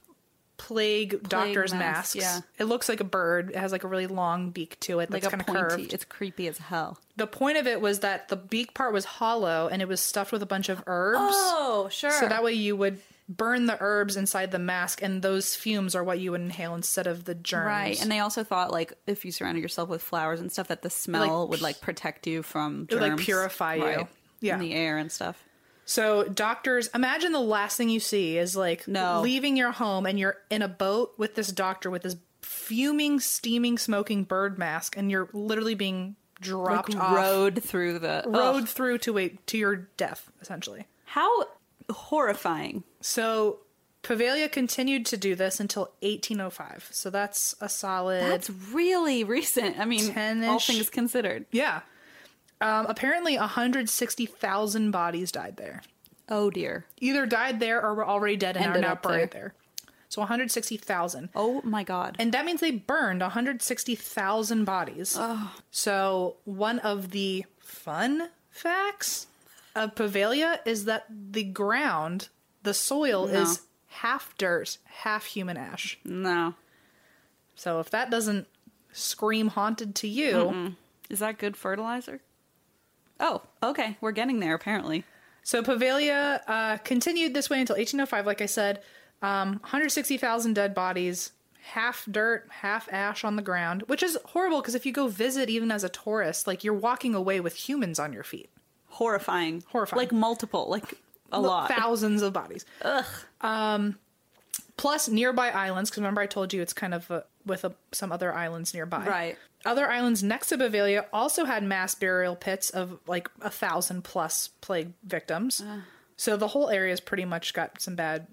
Speaker 3: plague, doctors masks,
Speaker 2: masks, yeah.
Speaker 3: it looks like a bird. It has like a really long beak to it
Speaker 2: Like
Speaker 3: that's
Speaker 2: a
Speaker 3: kind of
Speaker 2: pointy.
Speaker 3: curved.
Speaker 2: It's creepy as hell.
Speaker 3: the point of it was that the beak part was hollow and it was stuffed with a bunch of herbs.
Speaker 2: Oh, sure.
Speaker 3: So that way you would burn the herbs inside the mask, and those fumes are what you would inhale instead of the germs.
Speaker 2: Right, and they also thought like if you surrounded yourself with flowers and stuff, that the smell
Speaker 3: like,
Speaker 2: would like protect you from
Speaker 3: it would, like,
Speaker 2: germs,
Speaker 3: purify you.
Speaker 2: right,
Speaker 3: Yeah.
Speaker 2: in the air and stuff.
Speaker 3: so doctors, imagine the last thing you see is like
Speaker 2: No.
Speaker 3: leaving your home, and you're in a boat with this doctor with this fuming, steaming, smoking bird mask, and you're literally being dropped off,
Speaker 2: Rode through the
Speaker 3: rode
Speaker 2: Ugh.
Speaker 3: through to a, to your death, essentially.
Speaker 2: How horrifying!
Speaker 3: So. Pavelia continued to do this until 1805. So that's a solid
Speaker 2: That's really recent. I mean, all
Speaker 3: 10-ish.
Speaker 2: things considered.
Speaker 3: Yeah. Um, apparently, 160,000 bodies died there.
Speaker 2: Oh dear.
Speaker 3: Either died there or were already dead and
Speaker 2: Ended
Speaker 3: are now
Speaker 2: up
Speaker 3: buried there. So 160,000.
Speaker 2: Oh my god.
Speaker 3: And that means they burned 160,000 bodies. So, one of the fun facts of Pavelia is that the ground, the soil, is half dirt, half human ash.
Speaker 2: no,
Speaker 3: So, if that doesn't scream haunted to you,
Speaker 2: is that good fertilizer? Oh, okay. We're getting there apparently.
Speaker 3: So Pavelia uh, continued this way until 1805. Like I said, um, 160,000 dead bodies, half dirt, half ash on the ground, which is horrible because if you go visit, even as a tourist, like you're walking away with humans on your feet,
Speaker 2: Horrifying.
Speaker 3: Horrifying.
Speaker 2: Like multiple. Like a lot.
Speaker 3: thousands of bodies. Ugh. Um, plus nearby islands, because remember I told you it's kind of uh with a, some other islands nearby.
Speaker 2: Right.
Speaker 3: Other islands next to Bavalia also had mass burial pits of like a thousand plus plague victims. So the whole area's pretty much got some bad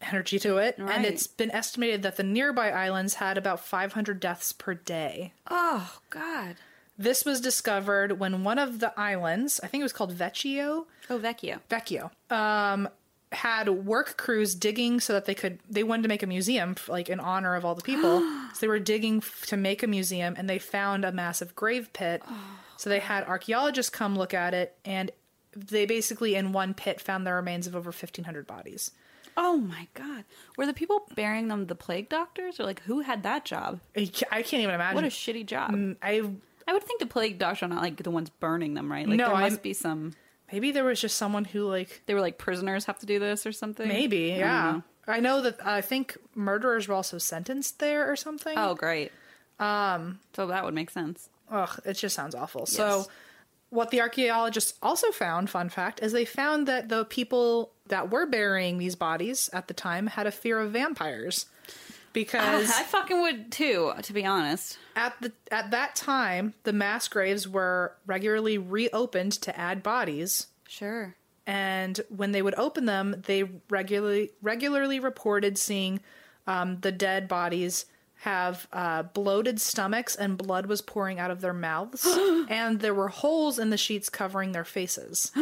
Speaker 3: energy to it.
Speaker 2: Right.
Speaker 3: And it's been estimated that the nearby islands had about 500 deaths per day.
Speaker 2: Oh god.
Speaker 3: This was discovered when one of the islands, I think it was called Vecchio,
Speaker 2: Oh Vecchio.
Speaker 3: Vecchio, um, had work crews digging so that they could. They wanted to make a museum, f- like in honor of all the people. so they were digging f- to make a museum, and they found a massive grave pit.
Speaker 2: Oh.
Speaker 3: so they had archaeologists come look at it, and they basically in one pit found the remains of over fifteen hundred bodies.
Speaker 2: Oh my god. Were the people burying them the plague doctors? Or like who had that job?
Speaker 3: I ca- I can't even imagine. Mm,
Speaker 2: What a shitty job.
Speaker 3: I
Speaker 2: I would think the plague doctors are not like the ones burning them, right? Like
Speaker 3: No,
Speaker 2: there
Speaker 3: I'm-
Speaker 2: must be some
Speaker 3: maybe there was just someone who like
Speaker 2: they were like prisoners have to do this or something.
Speaker 3: maybe
Speaker 2: I don't
Speaker 3: yeah.
Speaker 2: know.
Speaker 3: I know that I think murderers were also sentenced there or something.
Speaker 2: Oh great. Um so that would make sense.
Speaker 3: Ugh, it just sounds awful. So, what the archaeologists also found, fun fact, is they found that the people, that were burying these bodies at the time had a fear of vampires because
Speaker 2: I fucking would too, to be honest.
Speaker 3: at the at that time the mass graves were regularly reopened to add bodies
Speaker 2: Sure.
Speaker 3: and when they would open them, they regularly regularly reported seeing um, the dead bodies have uh, bloated stomachs and blood was pouring out of their mouths, and there were holes in the sheets covering their faces.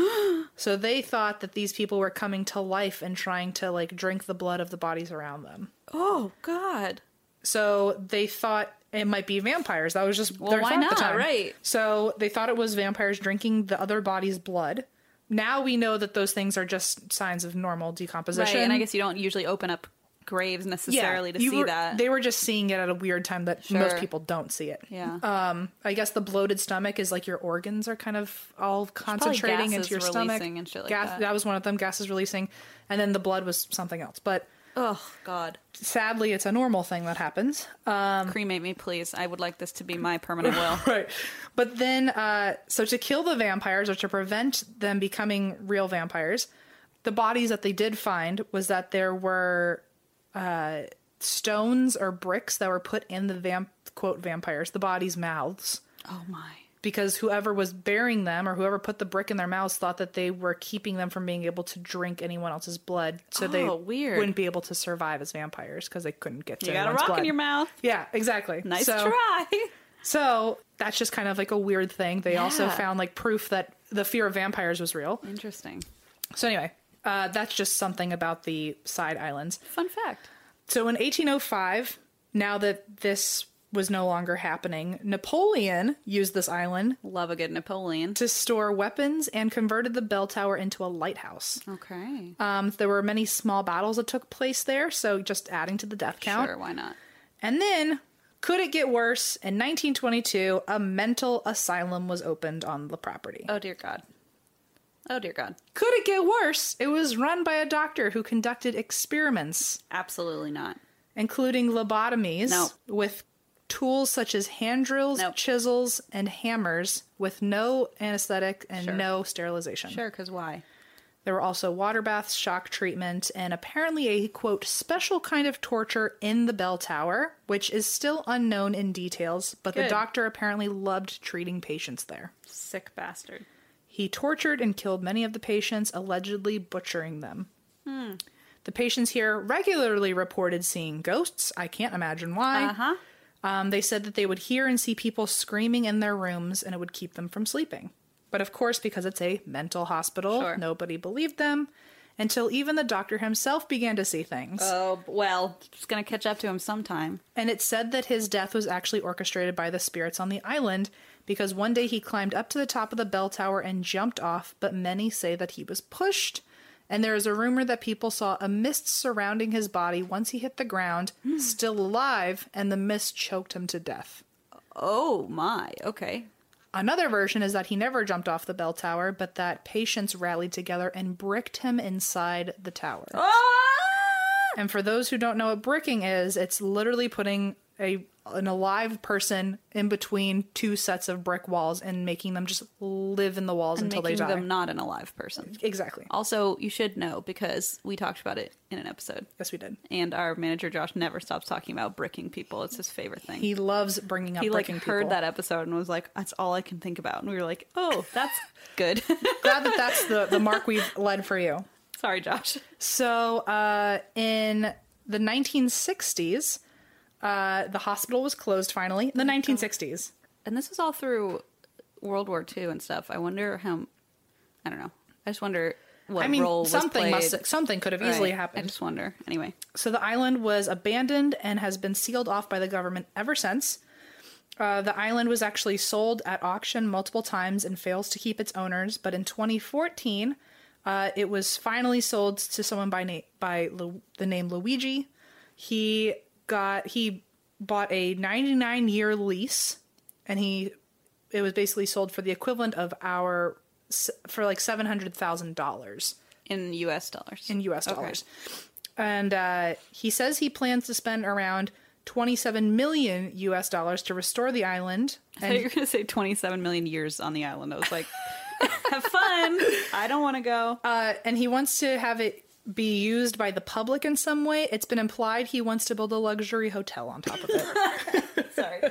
Speaker 3: so they thought that these people were coming to life and trying to like drink the blood of the bodies around them.
Speaker 2: Oh God.
Speaker 3: So they thought it might be vampires. That was just
Speaker 2: Well,
Speaker 3: their
Speaker 2: why
Speaker 3: thought at the
Speaker 2: not,
Speaker 3: time.
Speaker 2: right?
Speaker 3: So they thought it was vampires drinking the other body's blood. Now we know that those things are just signs of normal decomposition.
Speaker 2: Right, and I guess you don't usually open up graves necessarily to
Speaker 3: you
Speaker 2: see
Speaker 3: were-
Speaker 2: that.
Speaker 3: They were just seeing it at a weird time that most
Speaker 2: Sure.
Speaker 3: people don't see it.
Speaker 2: yeah.
Speaker 3: Um, I guess the bloated stomach is like your organs are kind of all concentrating into
Speaker 2: gases
Speaker 3: your stomach.
Speaker 2: releasing and shit like
Speaker 3: Gas-
Speaker 2: that.
Speaker 3: was one of them. Gases releasing, and then the blood was something else. But
Speaker 2: oh God.
Speaker 3: sadly, it's a normal thing that happens.
Speaker 2: Cremate me, please. I would like this to be my permanent will.
Speaker 3: right. But then, uh, so to kill the vampires or to prevent them becoming real vampires, the bodies that they did find was that there were uh, stones or bricks that were put in the vamp quote vampires the bodies' mouths
Speaker 2: Oh my.
Speaker 3: because whoever was burying them or whoever put the brick in their mouths thought that they were keeping them from being able to drink anyone else's blood, so they
Speaker 2: Oh, weird.
Speaker 3: wouldn't be able to survive as vampires because they couldn't get to
Speaker 2: You got a
Speaker 3: anyone's
Speaker 2: rock
Speaker 3: blood.
Speaker 2: in your mouth.
Speaker 3: Yeah, exactly.
Speaker 2: Nice
Speaker 3: So-
Speaker 2: try.
Speaker 3: so that's just kind of like a weird thing. They also
Speaker 2: Yeah.
Speaker 3: found like proof that the fear of vampires was real.
Speaker 2: Interesting.
Speaker 3: So anyway, uh, that's just something about the side islands.
Speaker 2: Fun fact.
Speaker 3: So in 1805, now that this was no longer happening, Napoleon used this island
Speaker 2: Love a good Napoleon.
Speaker 3: to store weapons and converted the bell tower into a lighthouse.
Speaker 2: Okay.
Speaker 3: Um, there were many small battles that took place there, so just adding to the death count.
Speaker 2: Sure, why not?
Speaker 3: And then, could it get worse? In 1922, a mental asylum was opened on the property.
Speaker 2: Oh dear God. Oh dear God.
Speaker 3: Could it get worse? It was run by a doctor who conducted experiments,
Speaker 2: Absolutely not.
Speaker 3: including lobotomies
Speaker 2: No.
Speaker 3: with tools such as hand drills,
Speaker 2: No.
Speaker 3: chisels, and hammers with no anesthetic and
Speaker 2: Sure.
Speaker 3: no sterilization.
Speaker 2: Sure, because why?
Speaker 3: There were also water baths, shock treatment, and apparently a quote special kind of torture in the bell tower, which is still unknown in details, but the
Speaker 2: Good.
Speaker 3: doctor apparently loved treating patients there.
Speaker 2: Sick bastard.
Speaker 3: He tortured and killed many of the patients, allegedly butchering them. Hmm. The patients here regularly reported seeing ghosts. I can't imagine why.
Speaker 2: Uh-huh.
Speaker 3: Um, they said that they would hear and see people screaming in their rooms and it would keep them from sleeping. But of course, because it's a mental hospital,
Speaker 2: Sure.
Speaker 3: nobody believed them until even the doctor himself began to see things.
Speaker 2: Oh well, it's gonna catch up to him sometime.
Speaker 3: And it's said that his death was actually orchestrated by the spirits on the island because one day he climbed up to the top of the bell tower and jumped off, but many say that he was pushed. And there is a rumor that people saw a mist surrounding his body once he hit the ground, still alive, and the mist choked him to death.
Speaker 2: Oh my. Okay.
Speaker 3: Another version is that he never jumped off the bell tower, but that patients rallied together and bricked him inside the tower.
Speaker 2: Ah!
Speaker 3: And for those who don't know what bricking is, it's literally putting a an alive person in between two sets of brick walls and making them just live in the walls until they
Speaker 2: Making
Speaker 3: die.
Speaker 2: them not an alive person.
Speaker 3: exactly.
Speaker 2: Also, you should know because we talked about it in an episode.
Speaker 3: Yes, we did.
Speaker 2: And our manager Josh never stops talking about bricking people. It's his favorite thing.
Speaker 3: He loves bringing up
Speaker 2: He like
Speaker 3: bricking
Speaker 2: heard
Speaker 3: people.
Speaker 2: that episode and was like, "That's all I can think about." And we were like, "Oh, that's good."
Speaker 3: Glad that that's the, the mark we've led for you.
Speaker 2: Sorry, Josh.
Speaker 3: So, uh, in the 1960s, uh, the hospital was closed finally.
Speaker 2: Oh
Speaker 3: In the 1960s.
Speaker 2: And this was all through World War II and stuff. I wonder how. I don't know. I just wonder what
Speaker 3: I mean,
Speaker 2: role was
Speaker 3: something
Speaker 2: played.
Speaker 3: must something could have easily
Speaker 2: Right. I
Speaker 3: happened.
Speaker 2: just wonder. Anyway,
Speaker 3: So the island was abandoned and has been sealed off by the government ever since. Uh, the island was actually sold at auction multiple times and fails to keep its owners. But in 2014, uh, it was finally sold to someone by na- by Lu- the name Luigi. He got he bought a 99 year lease, and he it was basically sold for the equivalent of our s- for like seven hundred thousand dollars
Speaker 2: in U.S. dollars.
Speaker 3: in US
Speaker 2: Okay.
Speaker 3: dollars. And uh, he says he plans to spend around 27 million US dollars to restore the island.
Speaker 2: I thought
Speaker 3: And
Speaker 2: you were going to say 27 million years on the island. I was like, Have fun. I don't want to go.
Speaker 3: Uh, and he wants to have it be used by the public in some way. It's been implied he wants to build a luxury hotel on top of it.
Speaker 2: Sorry.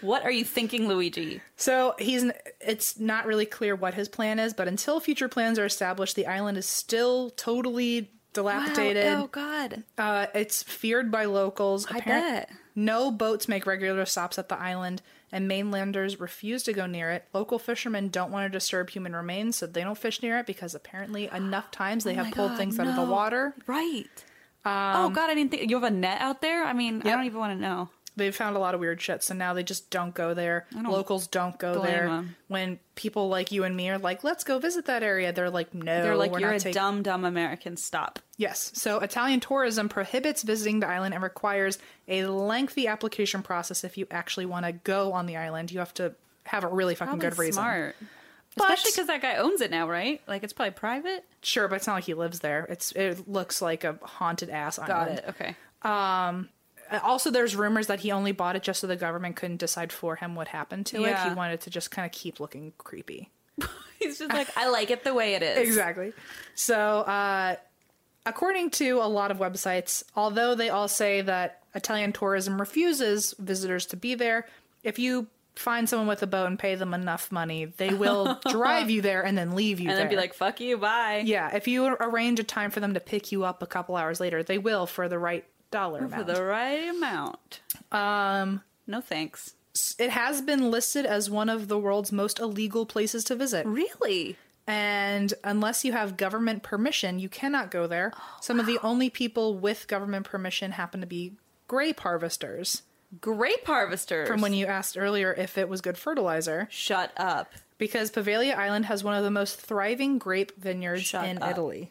Speaker 2: what are you thinking, Luigi?
Speaker 3: so he's it's not really clear what his plan is, but until future plans are established, the island is still totally dilapidated.
Speaker 2: Oh, God.
Speaker 3: Uh, it's feared by locals.
Speaker 2: I
Speaker 3: Apparent-
Speaker 2: bet.
Speaker 3: No boats make regular stops at the island, and mainlanders refuse to go near it. Local fishermen don't want to disturb human remains, so they don't fish near it because apparently enough times they
Speaker 2: Oh
Speaker 3: have
Speaker 2: my
Speaker 3: pulled
Speaker 2: God,
Speaker 3: things out of the
Speaker 2: no.
Speaker 3: water. Um,
Speaker 2: Right. oh, God, I didn't think. You have a net out there? I mean, I don't even want to know.
Speaker 3: They've found a lot of weird shit, so now they just don't go there. Locals don't go
Speaker 2: blame
Speaker 3: there.
Speaker 2: 'em.
Speaker 3: When people like you and me are like, let's go visit that area, they're like, no,
Speaker 2: They're like,
Speaker 3: Oh, we're
Speaker 2: you're
Speaker 3: not
Speaker 2: a
Speaker 3: taking-
Speaker 2: dumb, dumb American. Stop.
Speaker 3: Yes. So Italian tourism prohibits visiting the island and requires a lengthy application process if you actually want to go on the island. You have to have a really fucking
Speaker 2: Probably
Speaker 3: good reason.
Speaker 2: smart.
Speaker 3: But-
Speaker 2: Especially because that guy owns it now, right? Like, it's probably private.
Speaker 3: Sure, but it's not like he lives there. It's it looks like a haunted ass island. Uh,
Speaker 2: Okay.
Speaker 3: Also, there's rumors that he only bought it just so the government couldn't decide for him what happened to it.
Speaker 2: Yeah.
Speaker 3: He wanted to just kind of keep looking creepy.
Speaker 2: He's just like, I like it the way it is.
Speaker 3: Exactly. So, uh, according to a lot of websites, although they all say that Italian tourism refuses visitors to be there, if you find someone with a boat and pay them enough money, they will drive you there and then leave you
Speaker 2: And
Speaker 3: there.
Speaker 2: then be like, fuck you, bye.
Speaker 3: yeah, if you arrange a time for them to pick you up a couple hours later, they will for the right dollar
Speaker 2: For
Speaker 3: amount.
Speaker 2: the right amount. Um, no thanks.
Speaker 3: It has been listed as one of the world's most illegal places to visit.
Speaker 2: Really?
Speaker 3: and unless you have government permission, you cannot go there.
Speaker 2: Oh,
Speaker 3: Some of the only people with government permission happen to be grape harvesters.
Speaker 2: Grape harvesters.
Speaker 3: From when you asked earlier if it was good fertilizer,
Speaker 2: Shut up.
Speaker 3: because Pavalia Island has one of the most thriving grape vineyards
Speaker 2: Shut
Speaker 3: in
Speaker 2: up.
Speaker 3: Italy.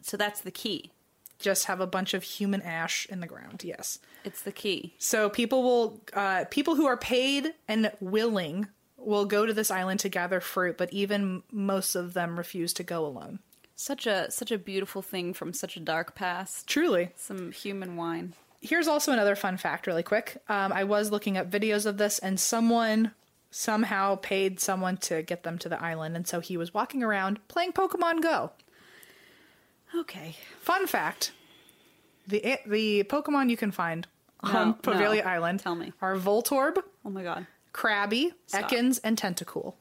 Speaker 2: So that's the key.
Speaker 3: Just have a bunch of human ash in the ground. Yes.
Speaker 2: It's the key.
Speaker 3: So people will, uh, people who are paid and willing will go to this island to gather fruit, but even most of them refuse to go alone.
Speaker 2: Such a such a beautiful thing from such a dark past.
Speaker 3: Truly.
Speaker 2: Some human wine.
Speaker 3: here's also another fun fact really quick um, i was looking up videos of this and someone somehow paid someone to get them to the island and so he was walking around playing pokemon go
Speaker 2: Okay.
Speaker 3: fun fact the the pokemon you can find
Speaker 2: No,
Speaker 3: on
Speaker 2: no.
Speaker 3: pavilia island
Speaker 2: Tell me.
Speaker 3: are voltorb
Speaker 2: Oh my god.
Speaker 3: krabby
Speaker 2: Stop.
Speaker 3: ekans and tentacool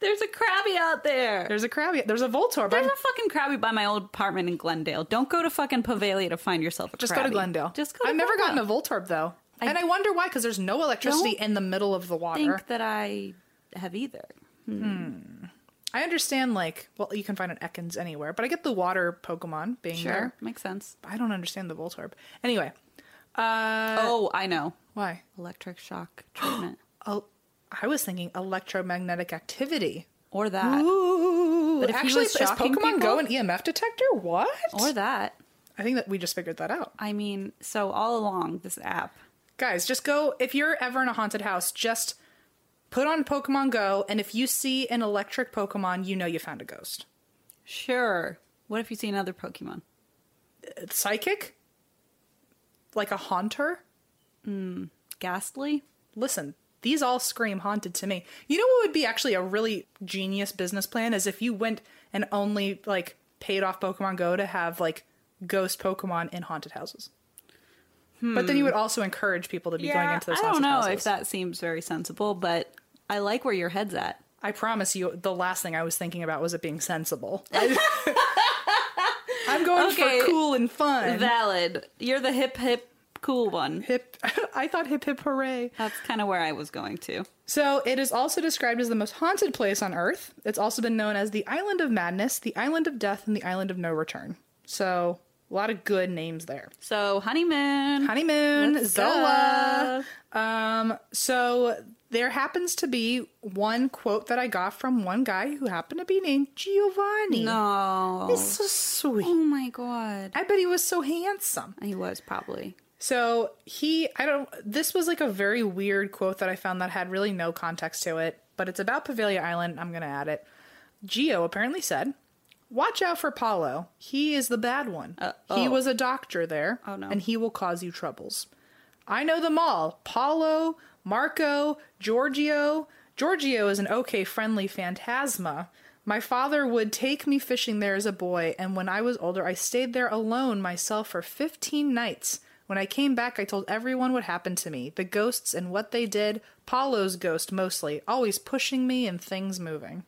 Speaker 2: There's a crabby out there.
Speaker 3: there's a krabby there's a voltorb
Speaker 2: There's
Speaker 3: I'm-
Speaker 2: a fucking crabby by my old apartment in Glendale. Don't go to fucking Pavalia to find yourself a
Speaker 3: just go
Speaker 2: Krabby.
Speaker 3: to glendale
Speaker 2: Just go to
Speaker 3: i've never
Speaker 2: Glendale.
Speaker 3: gotten a voltorb though and i wonder why because there's no electricity in the middle of the water
Speaker 2: think that I have either.
Speaker 3: I understand, like, well, you can find an Ekans anywhere, but I get the water Pokemon being there.
Speaker 2: Makes sense.
Speaker 3: I don't understand the Voltorb. Anyway,
Speaker 2: oh, I know.
Speaker 3: why?
Speaker 2: Electric shock treatment.
Speaker 3: Oh, I was thinking electromagnetic activity.
Speaker 2: or that.
Speaker 3: Ooh,
Speaker 2: But if he
Speaker 3: actually,
Speaker 2: was
Speaker 3: is
Speaker 2: shocking
Speaker 3: Pokemon
Speaker 2: people-
Speaker 3: Go an EMF detector? What?
Speaker 2: Or that.
Speaker 3: I think that we just figured that out.
Speaker 2: I mean, so all along this app.
Speaker 3: Guys, just go. If you're ever in a haunted house, just put on Pokemon Go, and if you see an electric Pokemon, you know you found a ghost.
Speaker 2: Sure. What if you see another Pokemon?
Speaker 3: It's psychic? Like a haunter?
Speaker 2: Ghastly?
Speaker 3: listen these all scream haunted to me you know what would be actually a really genius business plan is if you went and only like paid off pokemon go to have like ghost pokemon in haunted houses but then you would also encourage people to be going into those
Speaker 2: I don't
Speaker 3: haunted
Speaker 2: know
Speaker 3: houses.
Speaker 2: if that seems very sensible, but I like where your head's at.
Speaker 3: i promise you the last thing i was thinking about was it being sensible I- i'm going
Speaker 2: Okay.
Speaker 3: for cool and fun
Speaker 2: Valid. You're the hip hip cool one.
Speaker 3: hip i thought hip hip hooray
Speaker 2: That's kind of where I was going to.
Speaker 3: So it is also described as the most haunted place on Earth. It's also been known as the Island of Madness, the Island of Death, and the Island of No Return. So a lot of good names there.
Speaker 2: So, honeymoon.
Speaker 3: Honeymoon,
Speaker 2: Let's
Speaker 3: Zola. Um, so there happens to be one quote that I got from one guy who happened to be named Giovanni.
Speaker 2: No.
Speaker 3: He's so sweet.
Speaker 2: Oh my god.
Speaker 3: I bet he was so handsome.
Speaker 2: He was probably.
Speaker 3: So he, I don't, this was like a very weird quote that I found that had really no context to it, but it's about Pavilia Island. I'm going to add it. Geo apparently said, Watch out for Paolo. He is the bad one. He was a doctor there,
Speaker 2: Uh, Oh, no.
Speaker 3: and he will cause you troubles. I know them all Paolo, Marco, Giorgio, Giorgio is an okay friendly phantasma. My father would take me fishing there as a boy, and when I was older, I stayed there alone myself for 15 nights. When I came back, I told everyone what happened to me the ghosts and what they did, Paolo's ghost mostly, always pushing me and things moving.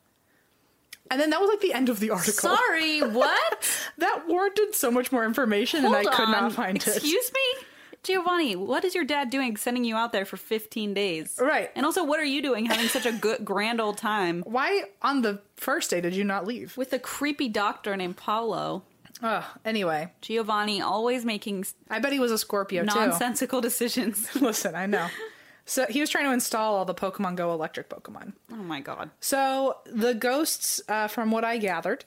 Speaker 3: And then that was like the end of the article.
Speaker 4: Sorry, what?
Speaker 3: That warranted so much more information, and I could
Speaker 2: on.
Speaker 3: not find it.
Speaker 2: Excuse me? Giovanni, what is your dad doing sending you out there for 15 days?
Speaker 3: Right.
Speaker 2: And also, what are you doing having such a good, grand old time
Speaker 3: Why on the first day did you not leave?
Speaker 2: with a creepy doctor named Paolo?
Speaker 3: Ugh, anyway,
Speaker 2: Giovanni always making s-
Speaker 3: I bet he was a Scorpio too.
Speaker 2: nonsensical decisions.
Speaker 3: Listen, I know. So he was trying to install all the Pokemon Go electric Pokemon.
Speaker 2: Oh my god.
Speaker 3: So the ghosts, uh, from what I gathered,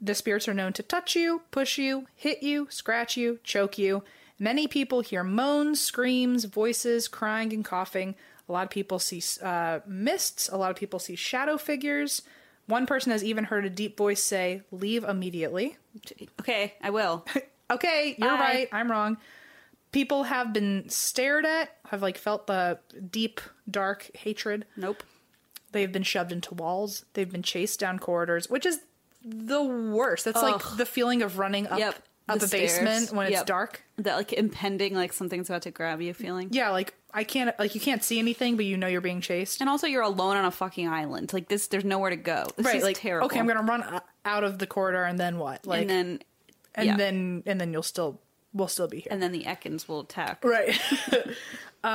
Speaker 3: the spirits are known to touch you, push you, hit you, scratch you, choke you. Many people hear moans, screams, voices, crying, and coughing. A lot of people see uh, mists. A lot of people see shadow figures. One person has even heard a deep voice say, "Leave immediately."
Speaker 2: Okay, I will.
Speaker 3: okay, you're
Speaker 2: Bye.
Speaker 3: right. I'm wrong. People have been stared at, have like felt the deep, dark hatred.
Speaker 2: Nope.
Speaker 3: They've been shoved into walls. They've been chased down corridors, which is the worst. That's like the feeling of running up
Speaker 2: Yep.
Speaker 3: up
Speaker 2: The
Speaker 3: a basement
Speaker 2: stairs.
Speaker 3: when it's
Speaker 2: Yep.
Speaker 3: dark.
Speaker 2: That like impending, like something's about to grab you feeling.
Speaker 3: Yeah, like I can't like you can't see anything, but you know you're being chased.
Speaker 2: And also, you're alone on a fucking island. Like this, there's nowhere to go. This
Speaker 3: right,
Speaker 2: is
Speaker 3: like
Speaker 2: terrible.
Speaker 3: okay, I'm gonna run uh, out of the corridor, and then what? Like
Speaker 2: and then,
Speaker 3: and
Speaker 2: yeah.
Speaker 3: then and then you'll still we'll still be here.
Speaker 2: and then the Ekans will attack.
Speaker 3: Right. uh,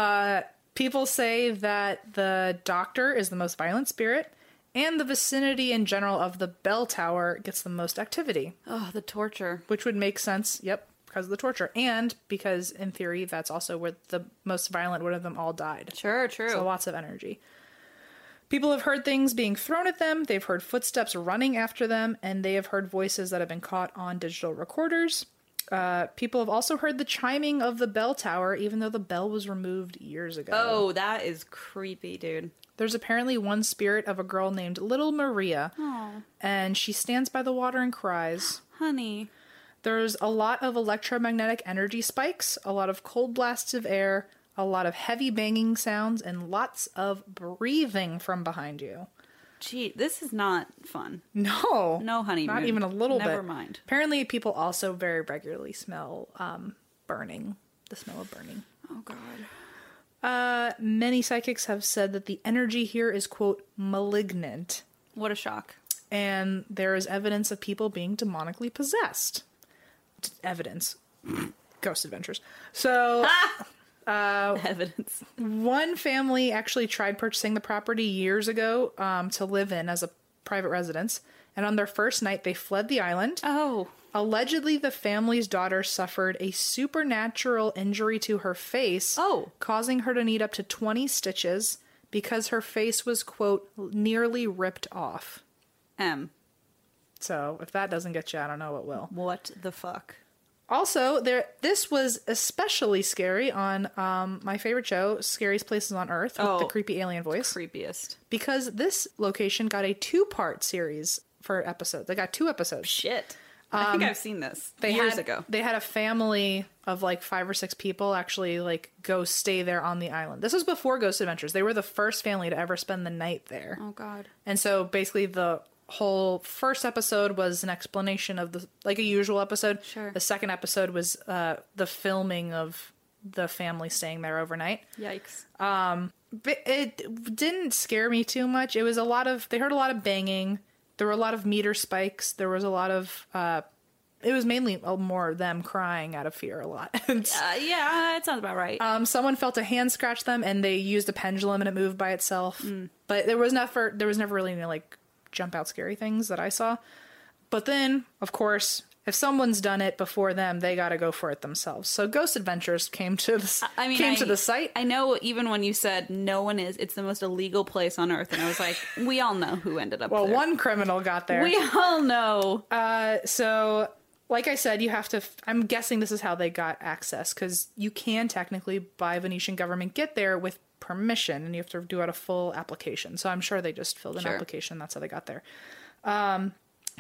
Speaker 3: people say that the doctor is the most violent spirit, and the vicinity in general of the bell tower gets the most activity,
Speaker 2: Oh, the torture.
Speaker 3: which would make sense. Yep, because of the torture, and because in theory that's also where the most violent one of them all died.
Speaker 2: Sure, true.
Speaker 3: So lots of energy. People have heard things being thrown at them, they've heard footsteps running after them, and they have heard voices that have been caught on digital recorders. Uh, people have also heard the chiming of the bell tower, even though the bell was removed years ago.
Speaker 2: oh, that is creepy, dude.
Speaker 3: There's apparently one spirit of a girl named Little Maria, and she stands by the water and cries.
Speaker 2: Honey.
Speaker 3: There's a lot of electromagnetic energy spikes, a lot of cold blasts of air, a lot of heavy banging sounds, and lots of breathing from behind you.
Speaker 2: Gee, this is not fun.
Speaker 3: No.
Speaker 2: No honeymoon.
Speaker 3: Not even a little bit.
Speaker 2: Never mind.
Speaker 3: Apparently, people also very regularly smell um, burning, the smell of burning.
Speaker 2: Oh god.
Speaker 3: Uh, many psychics have said that the energy here is, quote, malignant,
Speaker 2: What a shock.
Speaker 3: and there is evidence of people being demonically possessed. D- evidence. Ghost Adventures. So. Oh.
Speaker 2: Evidence.
Speaker 3: One family actually tried purchasing the property years ago um, to live in as a private residence, and on their first night, they fled the island.
Speaker 2: Oh.
Speaker 3: Allegedly, the family's daughter suffered a supernatural injury to her face,
Speaker 2: Oh.
Speaker 3: causing her to need up to 20 stitches because her face was, quote, nearly ripped off.
Speaker 2: M.
Speaker 3: So, if that doesn't get you, I don't know what will.
Speaker 2: What the fuck?
Speaker 3: Also, there this was especially scary on um, my favorite show, Scariest Places on Earth, with the
Speaker 2: Oh.
Speaker 3: creepy alien voice.
Speaker 2: Creepiest.
Speaker 3: because this location got a two part series for episodes. They got two episodes.
Speaker 2: Shit. I think I've seen this
Speaker 3: Um, They
Speaker 2: years
Speaker 3: had,
Speaker 2: ago.
Speaker 3: They had a family of like five or six people actually like go stay there on the island. This was before Ghost Adventures. They were the first family to ever spend the night there.
Speaker 2: Oh god.
Speaker 3: And so basically the whole first episode was an explanation of the like a usual episode.
Speaker 2: Sure.
Speaker 3: The second episode was uh the filming of the family staying there overnight.
Speaker 2: Yikes.
Speaker 3: But it didn't scare me too much. It was a lot of they heard a lot of banging. There were a lot of meter spikes. There was a lot of uh it was mainly uh, more them crying out of fear a lot. And
Speaker 2: Uh, yeah, it sounds about right.
Speaker 3: um someone felt a hand scratch them and they used a pendulum and it moved by itself.
Speaker 2: Mm.
Speaker 3: But there was never there was never really any like jump out scary things that I saw. But then, of course, if someone's done it before them, they got to go for it themselves. So Ghost Adventures came to the
Speaker 2: I mean,
Speaker 3: came
Speaker 2: I,
Speaker 3: to the site.
Speaker 2: I know even when you said no one is, it's the most illegal place on earth, and I was like, we all know who ended up.
Speaker 3: well,
Speaker 2: there.
Speaker 3: one criminal got there.
Speaker 2: We all know.
Speaker 3: Uh, so like I said, you have to. F- I'm guessing this is how they got access because you can technically, by Venetian government, get there with permission, and you have to do out a full application. So I'm sure they just filled an
Speaker 2: Sure.
Speaker 3: application. That's how they got there. Um,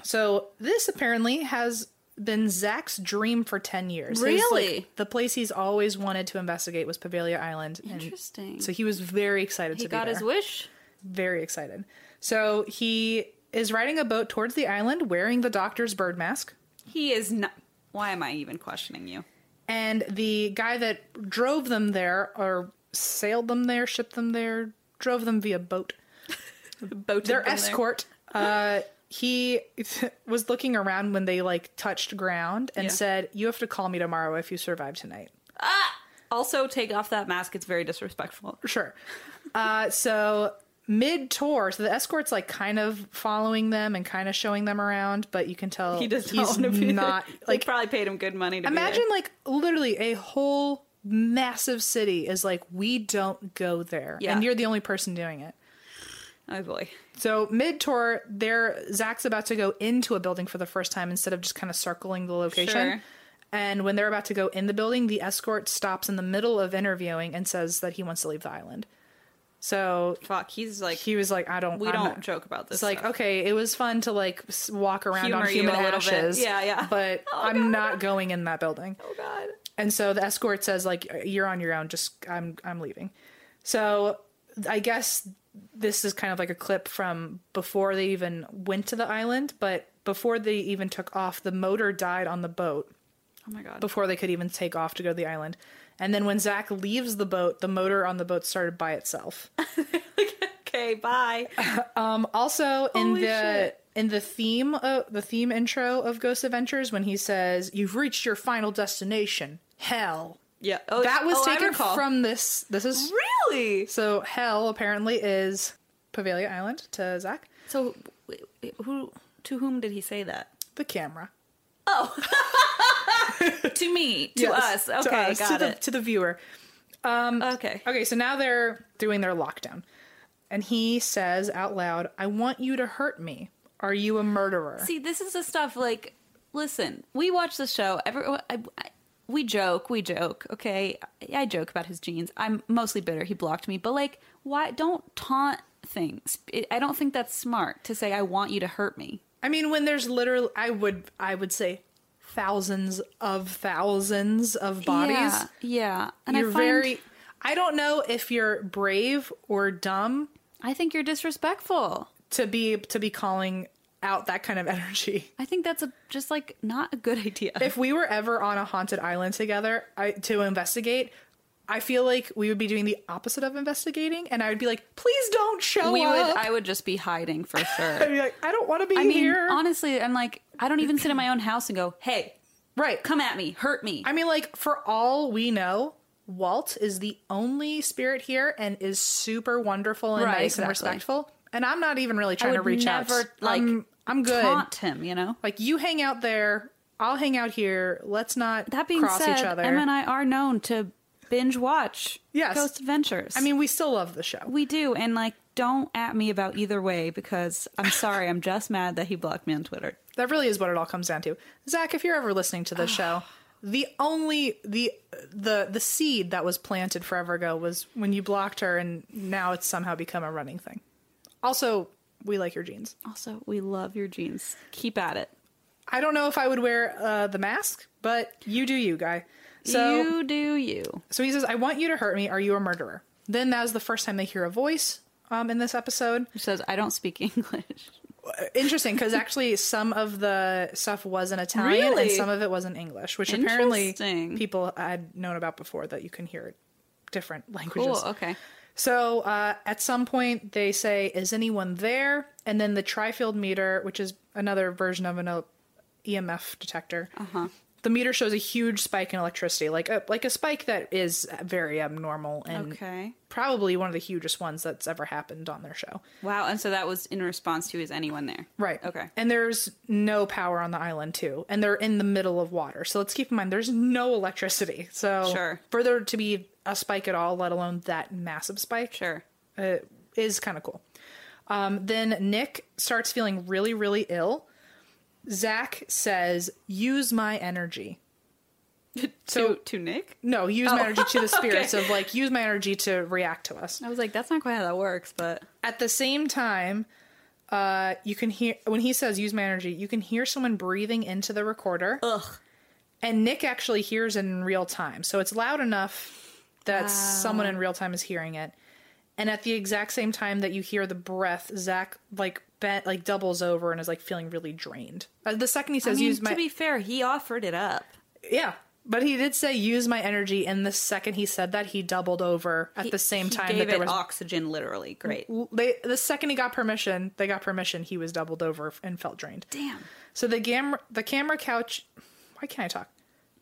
Speaker 3: so this apparently has been Zach's dream for ten years. He's, like,
Speaker 2: Really?
Speaker 3: the place he's always wanted to investigate was Pavelia Island. and
Speaker 2: Interesting.
Speaker 3: So he was very excited
Speaker 2: he
Speaker 3: to be
Speaker 2: got
Speaker 3: there.
Speaker 2: his wish.
Speaker 3: very excited. So he is riding a boat towards the island wearing the doctor's bird mask.
Speaker 2: He is not. Why am I even questioning you?
Speaker 3: And the guy that drove them there, or sailed them there, shipped them there, drove them via boat,
Speaker 2: Boated
Speaker 3: their
Speaker 2: them there.
Speaker 3: escort, uh, he was looking around when they like touched ground and
Speaker 2: Yeah.
Speaker 3: said, You have to call me tomorrow if you survive tonight.
Speaker 2: Also, take off that mask. It's very disrespectful.
Speaker 3: Sure. Uh, so mid tour, so the escort's like kind of following them and kind of showing them around, but you can tell
Speaker 2: He does not
Speaker 3: he's
Speaker 2: want to be
Speaker 3: not
Speaker 2: there.
Speaker 3: like
Speaker 2: they probably paid him good money to
Speaker 3: imagine
Speaker 2: Be
Speaker 3: like literally a whole massive city is like we don't go there,
Speaker 2: Yeah.
Speaker 3: and you're the only person doing it.
Speaker 2: there. oh boy,
Speaker 3: So mid tour, there Zach's about to go into a building for the first time instead of just kind of circling the location.
Speaker 2: Sure.
Speaker 3: And when they're about to go in the building, the escort stops in the middle of interviewing and says that he wants to leave the island. So
Speaker 2: fuck. He's like
Speaker 3: he was like, I don't.
Speaker 2: we
Speaker 3: I'm
Speaker 2: don't
Speaker 3: not-
Speaker 2: joke about this.
Speaker 3: It's like,
Speaker 2: stuff.
Speaker 3: okay, it was fun to like s- walk around
Speaker 2: Humor
Speaker 3: on
Speaker 2: you
Speaker 3: human
Speaker 2: a little bit.
Speaker 3: ashes.
Speaker 2: Yeah, yeah.
Speaker 3: But
Speaker 2: Oh,
Speaker 3: I'm
Speaker 2: God.
Speaker 3: not going in that building.
Speaker 2: oh god,
Speaker 3: And so the escort says, like, you're on your own. Just I'm I'm leaving. So I guess this is kind of like a clip from before they even went to the island, but before they even took off, the motor died on the boat
Speaker 2: oh my god.
Speaker 3: before they could even take off to go to the island. And then when Zach leaves the boat, the motor on the boat started by itself. Um,
Speaker 2: okay, bye.
Speaker 3: Also, in
Speaker 2: Holy
Speaker 3: the
Speaker 2: shit.
Speaker 3: in the theme of the theme intro of Ghost Adventures, when he says, "You've reached your final destination, hell."
Speaker 2: Yeah. Oh,
Speaker 3: that was
Speaker 2: oh, I
Speaker 3: taken
Speaker 2: recall.
Speaker 3: from this. This is
Speaker 2: really.
Speaker 3: so hell apparently is Pavelia Island to Zach.
Speaker 2: So, w- w- who to whom did he say that?
Speaker 3: The camera
Speaker 2: To me, to
Speaker 3: Yes,
Speaker 2: us. Okay,
Speaker 3: us,
Speaker 2: got
Speaker 3: to the
Speaker 2: it.
Speaker 3: to the viewer.
Speaker 2: okay.
Speaker 3: Okay, so now they're doing their lockdown, and he says out loud, "I want you to hurt me. Are you a murderer?"
Speaker 2: See, this is the stuff. Like, listen, we watch the show. Every I, I, we joke, we joke. Okay, I, I joke about his jeans. I'm mostly bitter. He blocked me, but like, why? Don't taunt things. It, I don't think that's smart to say. I want you to hurt me.
Speaker 3: I mean, when there's literally, I would, I would say, thousands of thousands of bodies.
Speaker 2: Yeah, yeah. And
Speaker 3: you're
Speaker 2: I find,
Speaker 3: very. I don't know if you're brave or dumb
Speaker 2: I think you're disrespectful.
Speaker 3: to be to be calling out that kind of energy.
Speaker 2: I think that's a, just like not a good idea.
Speaker 3: If we were ever on a haunted island together I, to investigate. I feel like we would be doing the opposite of investigating, and I would be like, "Please don't show
Speaker 2: we would,
Speaker 3: up."
Speaker 2: I would just be hiding for
Speaker 3: I'd
Speaker 2: sure.
Speaker 3: be like, "I don't want to be
Speaker 2: I mean,
Speaker 3: here."
Speaker 2: honestly, I'm like, I don't even sit in my own house and go, "Hey,
Speaker 3: right?
Speaker 2: come at me, hurt me."
Speaker 3: I mean, like, for all we know, Walt is the only spirit here and is super wonderful and
Speaker 2: Right,
Speaker 3: nice and
Speaker 2: exactly.
Speaker 3: respectful. And I'm not even really
Speaker 2: I
Speaker 3: trying to
Speaker 2: would
Speaker 3: reach
Speaker 2: never,
Speaker 3: out.
Speaker 2: Like,
Speaker 3: I'm, I'm good.
Speaker 2: Taunt him, you know.
Speaker 3: Like, um, you hang out there. I'll hang out here. Let's not
Speaker 2: That being
Speaker 3: cross
Speaker 2: said,
Speaker 3: each other.
Speaker 2: Em and I are known to binge watch
Speaker 3: Yes.
Speaker 2: Ghost Adventures.
Speaker 3: I mean, we still love the show.
Speaker 2: we do, and like, don't at me about either way because I'm sorry, I'm just mad that he blocked me on Twitter.
Speaker 3: That really is what it all comes down to. Zach, if you're ever listening to this show, the only the the the seed that was planted forever ago was when you blocked her, and now it's somehow become a running thing. Also, we like your jeans.
Speaker 2: Also, we love your jeans. Keep at it.
Speaker 3: I don't know if I would wear uh, the mask, but you do you, guy. So,
Speaker 2: you do you.
Speaker 3: so he says, "I want you to hurt me. Are you a murderer?" Then that was the first time they hear a voice um, in this episode.
Speaker 2: He says, "I don't speak English."
Speaker 3: Interesting, because actually some of the stuff was in Italian and
Speaker 2: Really?
Speaker 3: some of it was in English, which apparently
Speaker 2: Interesting.
Speaker 3: people had known about before that you can hear it different languages.
Speaker 2: Cool. Okay.
Speaker 3: So uh, at some point they say, "Is anyone there?" And then the trifield meter, which is another version of an uh, EMF detector,
Speaker 2: Uh-huh.
Speaker 3: the meter shows a huge spike in electricity, like a, like a spike that is very abnormal and
Speaker 2: Okay.
Speaker 3: probably one of the hugest ones that's ever happened on their show.
Speaker 2: Wow. And so that was in response to is anyone there?
Speaker 3: Right.
Speaker 2: Okay.
Speaker 3: And there's no power on the island too, and they're in the middle of water. So let's keep in mind there's no electricity. So
Speaker 2: Sure.
Speaker 3: for there to be a spike at all, let alone that massive spike,
Speaker 2: Sure.
Speaker 3: uh, is kind of cool. Um, then Nick starts feeling really, really ill. Zach says, "Use my energy."
Speaker 2: So to Nick,
Speaker 3: No, use my energy to the spirits
Speaker 2: Oh. Okay.
Speaker 3: of like use my energy to react to us.
Speaker 2: I was like, "That's not quite how that works," but
Speaker 3: At the same time, uh, you can hear when he says "use my energy," you can hear someone breathing into the recorder.
Speaker 2: ugh.
Speaker 3: and Nick actually hears it in real time. So it's loud enough that someone in real time is hearing it. And at the exact same time that you hear the breath, Zach like bent, like doubles over and is like feeling really drained. Uh, the second he says,
Speaker 2: I mean,
Speaker 3: "Use my
Speaker 2: to be fair, he offered it up.
Speaker 3: yeah," but he did say, "Use my energy." And the second he said that, he doubled over at the same
Speaker 2: He
Speaker 3: time
Speaker 2: gave
Speaker 3: that there
Speaker 2: it
Speaker 3: was
Speaker 2: oxygen. Literally, great.
Speaker 3: they the second he got permission, they got permission. He was doubled over and felt drained.
Speaker 2: Damn.
Speaker 3: So the gam the camera couch. Why can't I talk?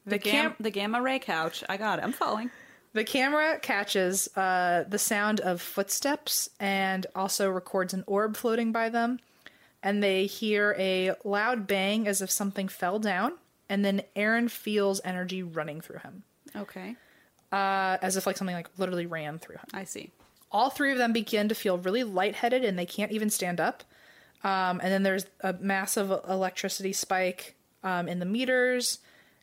Speaker 3: The,
Speaker 2: The, gam-
Speaker 3: cam
Speaker 2: the gamma ray couch. I got it. I'm following.
Speaker 3: the camera catches uh, the sound of footsteps and also records an orb floating by them. And they hear a loud bang as if something fell down. And then Aaron feels energy running through him,
Speaker 2: Okay,
Speaker 3: uh, as if like something like literally ran through him.
Speaker 2: I see.
Speaker 3: all three of them begin to feel really lightheaded and they can't even stand up. Um, and then there's a massive electricity spike um, in the meters.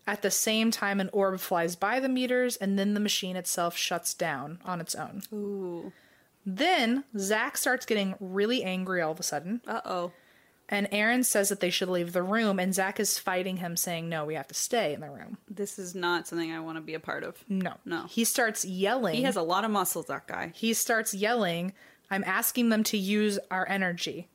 Speaker 3: At the same time, an orb flies by the meters, and then the machine itself shuts down on its own.
Speaker 2: Ooh.
Speaker 3: Then Zach starts getting really angry all of a sudden,
Speaker 2: Uh oh.
Speaker 3: and Aaron says that they should leave the room, and Zach is fighting him, saying, No, we have to stay in the room.
Speaker 2: This is not something I want to be a part of.
Speaker 3: No.
Speaker 2: No.
Speaker 3: He starts yelling.
Speaker 2: He has a lot of muscles. That guy.
Speaker 3: he starts yelling, I'm asking them to use our energy.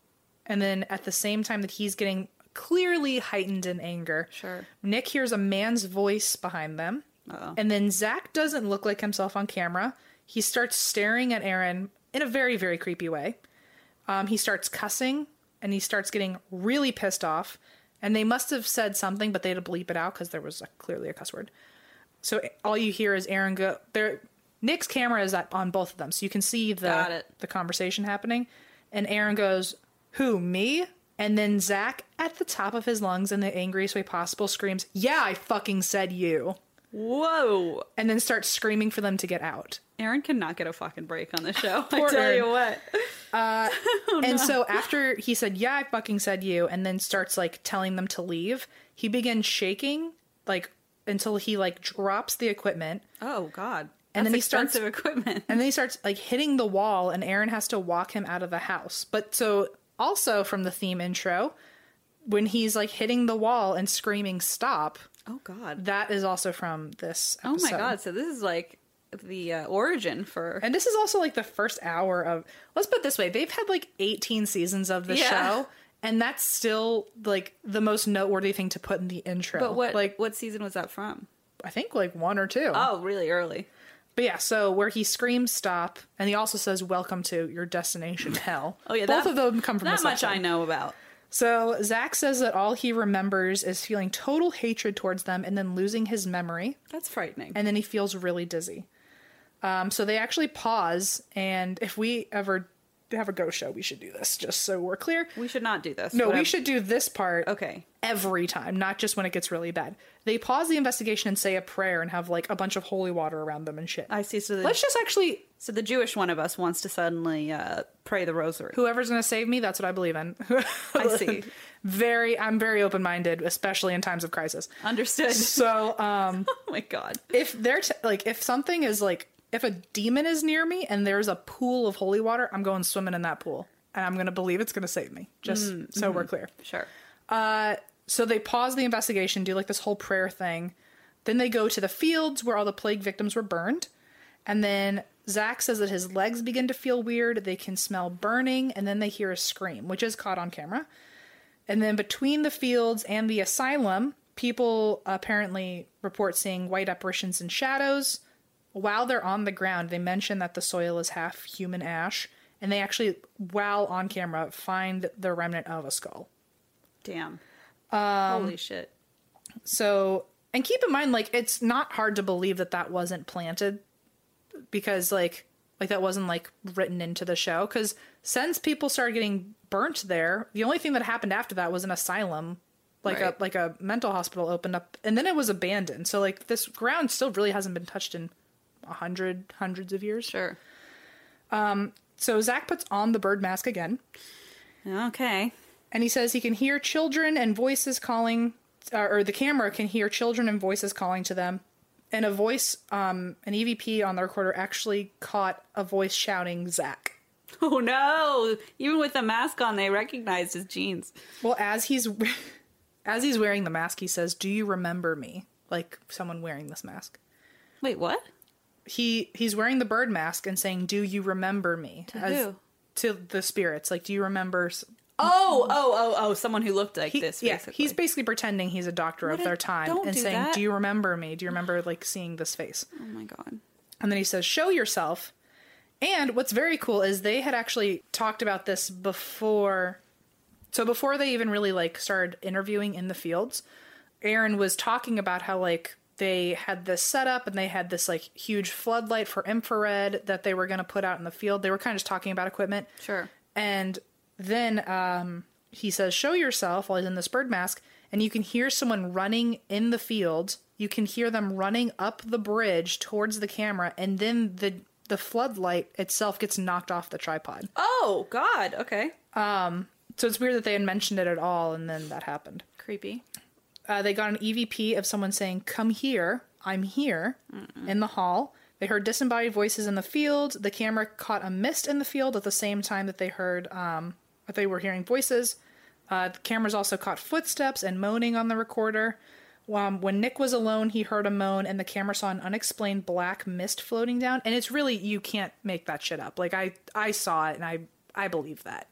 Speaker 3: And then at the same time that he's getting clearly heightened in anger,
Speaker 2: Sure.
Speaker 3: Nick hears a man's voice behind them.
Speaker 2: Uh-oh.
Speaker 3: And then Zach doesn't look like himself on camera. He starts staring at Aaron in a very, very creepy way. Um, he starts cussing and he starts getting really pissed off. And they must have said something, but they had to bleep it out because there was like, clearly a cuss word. So eh, all you hear is Aaron go. There, Nick's camera is at, on both of them, so you can see the
Speaker 2: Got it.
Speaker 3: the conversation happening. And Aaron goes, "Who me?" And then Zach, at the top of his lungs in the angriest way possible, screams, "Yeah, I fucking said you!"
Speaker 2: Whoa.
Speaker 3: And then starts screaming for them to get out.
Speaker 2: Aaron cannot get a fucking break on this show. I
Speaker 3: Poor
Speaker 2: tell
Speaker 3: Aaron.
Speaker 2: you what. Oh,
Speaker 3: and so after he said, "Yeah, I fucking said you," and then starts like telling them to leave, he begins shaking like until he like drops the equipment.
Speaker 2: Oh God.
Speaker 3: And
Speaker 2: That's
Speaker 3: then he starts-
Speaker 2: expensive equipment.
Speaker 3: And then he starts like hitting the wall, and Aaron has to walk him out of the house. But so, also from the theme intro, when he's like hitting the wall and screaming, stop,
Speaker 2: Oh God.
Speaker 3: that is also from this
Speaker 2: Oh
Speaker 3: episode.
Speaker 2: my God. So this is like the uh, origin for
Speaker 3: And this is also like the first hour of, let's put it this way, they've had like 18 seasons of the
Speaker 2: Yeah.
Speaker 3: show, and that's still like the most noteworthy thing to put in the intro.
Speaker 2: But what
Speaker 3: Like,
Speaker 2: like what season was that from?
Speaker 3: I think like one or two.
Speaker 2: Oh, really early.
Speaker 3: But yeah, so where he screams stop, and he also says, welcome to your destination, hell.
Speaker 2: Oh yeah,
Speaker 3: Both
Speaker 2: that-
Speaker 3: of them come from
Speaker 2: that
Speaker 3: this
Speaker 2: much
Speaker 3: episode.
Speaker 2: I know about.
Speaker 3: So Zach says that all he remembers is feeling total hatred towards them and then losing his memory,
Speaker 2: That's frightening.
Speaker 3: and then he feels really dizzy. Um, so they actually pause, and if we ever have a ghost show, we should do this just so we're clear.
Speaker 2: we should not do this.
Speaker 3: No,
Speaker 2: What
Speaker 3: we
Speaker 2: I've-
Speaker 3: should do this part
Speaker 2: Okay.
Speaker 3: every time, not just when it gets really bad. They pause the investigation and say a prayer and have like a bunch of holy water around them and shit.
Speaker 2: I see. So the
Speaker 3: Let's just actually,
Speaker 2: so the Jewish one of us wants to suddenly uh, pray the rosary.
Speaker 3: whoever's gonna save me, that's what I believe in.
Speaker 2: I see.
Speaker 3: very, I'm very open minded, especially in times of crisis.
Speaker 2: Understood.
Speaker 3: So, um,
Speaker 2: oh my God.
Speaker 3: if they're t- like, if something is like, if a demon is near me and there's a pool of holy water, I'm going swimming in that pool and I'm going to believe it's going to save me. Just so we're clear.
Speaker 2: Sure.
Speaker 3: Uh, so they pause the investigation, do like this whole prayer thing. Then they go to the fields where all the plague victims were burned. And then Zach says that his legs begin to feel weird. They can smell burning. And then they hear a scream, which is caught on camera. And then between the fields and the asylum, people apparently report seeing white apparitions and shadows. While they're on the ground, they mention that the soil is half human ash. And they actually, while on camera, find the remnant of a skull.
Speaker 2: Damn.
Speaker 3: Um,
Speaker 2: Holy shit.
Speaker 3: So, and keep in mind, like, it's not hard to believe that that wasn't planted because, like, like that wasn't like written into the show. Because since people started getting burnt there, the only thing that happened after that was an asylum, like a
Speaker 2: Right.
Speaker 3: like a mental hospital opened up, and then it was abandoned. So, like, this ground still really hasn't been touched in a hundred hundreds of years.
Speaker 2: Sure.
Speaker 3: So Zach puts on the bird mask again.
Speaker 2: Okay.
Speaker 3: and he says he can hear children and voices calling uh, or the camera can hear children and voices calling to them and a voice um, an evp on the recorder actually caught a voice shouting zach
Speaker 2: Oh no! Even with the mask on, they recognized his jeans.
Speaker 3: well as he's as he's wearing the mask he says do you remember me like someone wearing this mask
Speaker 2: Wait, what?
Speaker 3: he he's wearing the bird mask and saying, "Do you remember me?"
Speaker 2: To who?
Speaker 3: To the spirits. Like, do you remember? s-
Speaker 2: Oh, oh, oh, oh! Someone who looked like
Speaker 3: He,
Speaker 2: this.
Speaker 3: yeah,
Speaker 2: Basically.
Speaker 3: he's basically pretending he's a doctor
Speaker 2: What
Speaker 3: of
Speaker 2: a-
Speaker 3: their time
Speaker 2: don't
Speaker 3: and
Speaker 2: do
Speaker 3: saying,
Speaker 2: that.
Speaker 3: "Do you remember me? Do you remember like seeing this face?"
Speaker 2: Oh my god.
Speaker 3: And then he says, Show yourself. And what's very cool is they had actually talked about this before. So before they even really like started interviewing in the fields, Aaron was talking about how like they had this setup and they had this like huge floodlight for infrared that they were going to put out in the field. They were kind of just talking about equipment.
Speaker 2: Sure.
Speaker 3: And then um, he says, Show yourself while he's in this bird mask. And you can hear someone running in the field. You can hear them running up the bridge towards the camera. And then the, the floodlight itself gets knocked off the tripod.
Speaker 2: Oh god. Okay.
Speaker 3: So it's weird that they had mentioned it at all. And then that happened.
Speaker 2: Creepy.
Speaker 3: Uh, they got an EVP of someone saying, Come here, I'm here, in the hall. They heard disembodied voices in the field. The camera caught a mist in the field at the same time that they heard, um, that they were hearing voices. Uh, the cameras also caught footsteps and moaning on the recorder. Um, when Nick was alone, he heard a moan, and the camera saw an unexplained black mist floating down. And it's really you can't make that shit up. Like I, I saw it, and I, I believe that.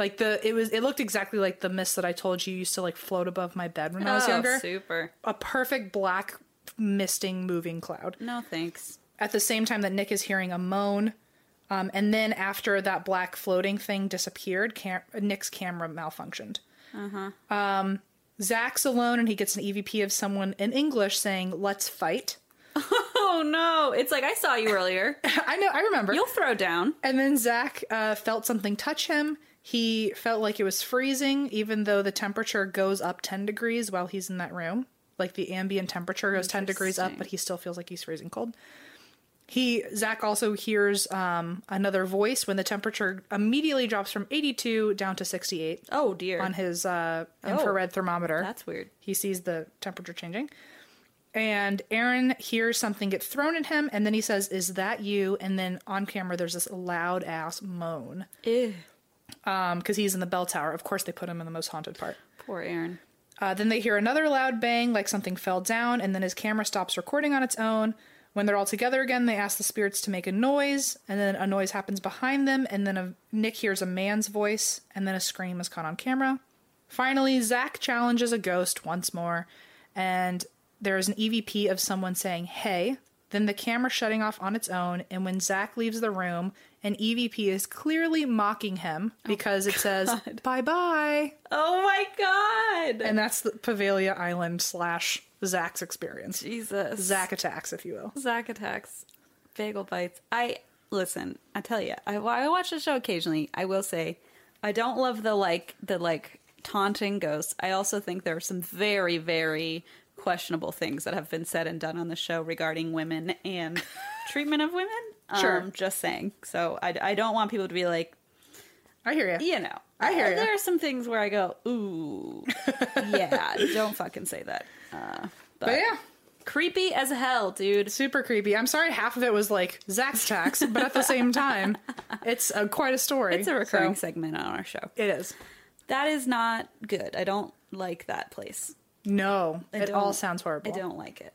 Speaker 3: Like the it was it looked exactly like the mist that I told you used to like float above my bed when I was
Speaker 2: oh,
Speaker 3: younger
Speaker 2: super.
Speaker 3: a perfect black misting moving cloud
Speaker 2: No thanks.
Speaker 3: at the same time that nick is hearing a moan um, and then after that black floating thing disappeared cam- nick's camera malfunctioned
Speaker 2: Uh-huh.
Speaker 3: um, zach's alone and he gets an evp of someone in english saying let's fight
Speaker 2: Oh no! It's like I saw you earlier.
Speaker 3: i know i remember
Speaker 2: You'll throw down.
Speaker 3: and then zach uh, felt something touch him he felt like it was freezing even though the temperature goes up 10 degrees while he's in that room like the ambient temperature goes 10 degrees up
Speaker 2: Interesting.
Speaker 3: but he still feels like he's freezing cold he zach also hears um, another voice when the temperature immediately drops from 82 down to 68
Speaker 2: Oh dear.
Speaker 3: on his uh, infrared thermometer
Speaker 2: Oh, That's weird.
Speaker 3: he sees the temperature changing and aaron hears something get thrown at him and then he says is that you and then on camera there's this loud ass moan
Speaker 2: Ew.
Speaker 3: because he's in the bell tower of course they put him in the most haunted part
Speaker 2: Poor Aaron.
Speaker 3: uh, then they hear another loud bang, like something fell down, and then his camera stops recording on its own. When they're all together again, they ask the spirits to make a noise, and then a noise happens behind them, and then a, Nick hears a man's voice, and then a scream is caught on camera. Finally, Zach challenges a ghost once more, and there is an EVP of someone saying, Hey, then the camera shutting off on its own, and when Zach leaves the room, an EVP is clearly mocking him because it says, Bye bye.
Speaker 2: Oh my god.
Speaker 3: And that's the Pavelia Island slash Zach's experience.
Speaker 2: Jesus.
Speaker 3: Zach attacks, if you will.
Speaker 2: Zack attacks, bagel bites. I listen. I tell you, I, I watch the show occasionally. I will say, I don't love the like the like taunting ghosts. I also think there are some very very questionable things that have been said and done on the show regarding women and treatment of women.
Speaker 3: Sure.
Speaker 2: um, just saying. So I, I don't want people to be like,
Speaker 3: I hear you.
Speaker 2: you know,
Speaker 3: I hear
Speaker 2: uh,
Speaker 3: ya.
Speaker 2: There are some things where I go, ooh, yeah, don't fucking say that. Uh,
Speaker 3: But yeah,
Speaker 2: creepy as hell, dude.
Speaker 3: super creepy. I'm sorry half of it was like Zach's attacks, but at the same time, it's a, quite a story.
Speaker 2: It's a recurring
Speaker 3: so-
Speaker 2: segment on our show.
Speaker 3: It is.
Speaker 2: That is not good. I don't like that place.
Speaker 3: No,
Speaker 2: I
Speaker 3: it all
Speaker 2: don't-
Speaker 3: sounds horrible.
Speaker 2: I don't like it.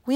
Speaker 1: We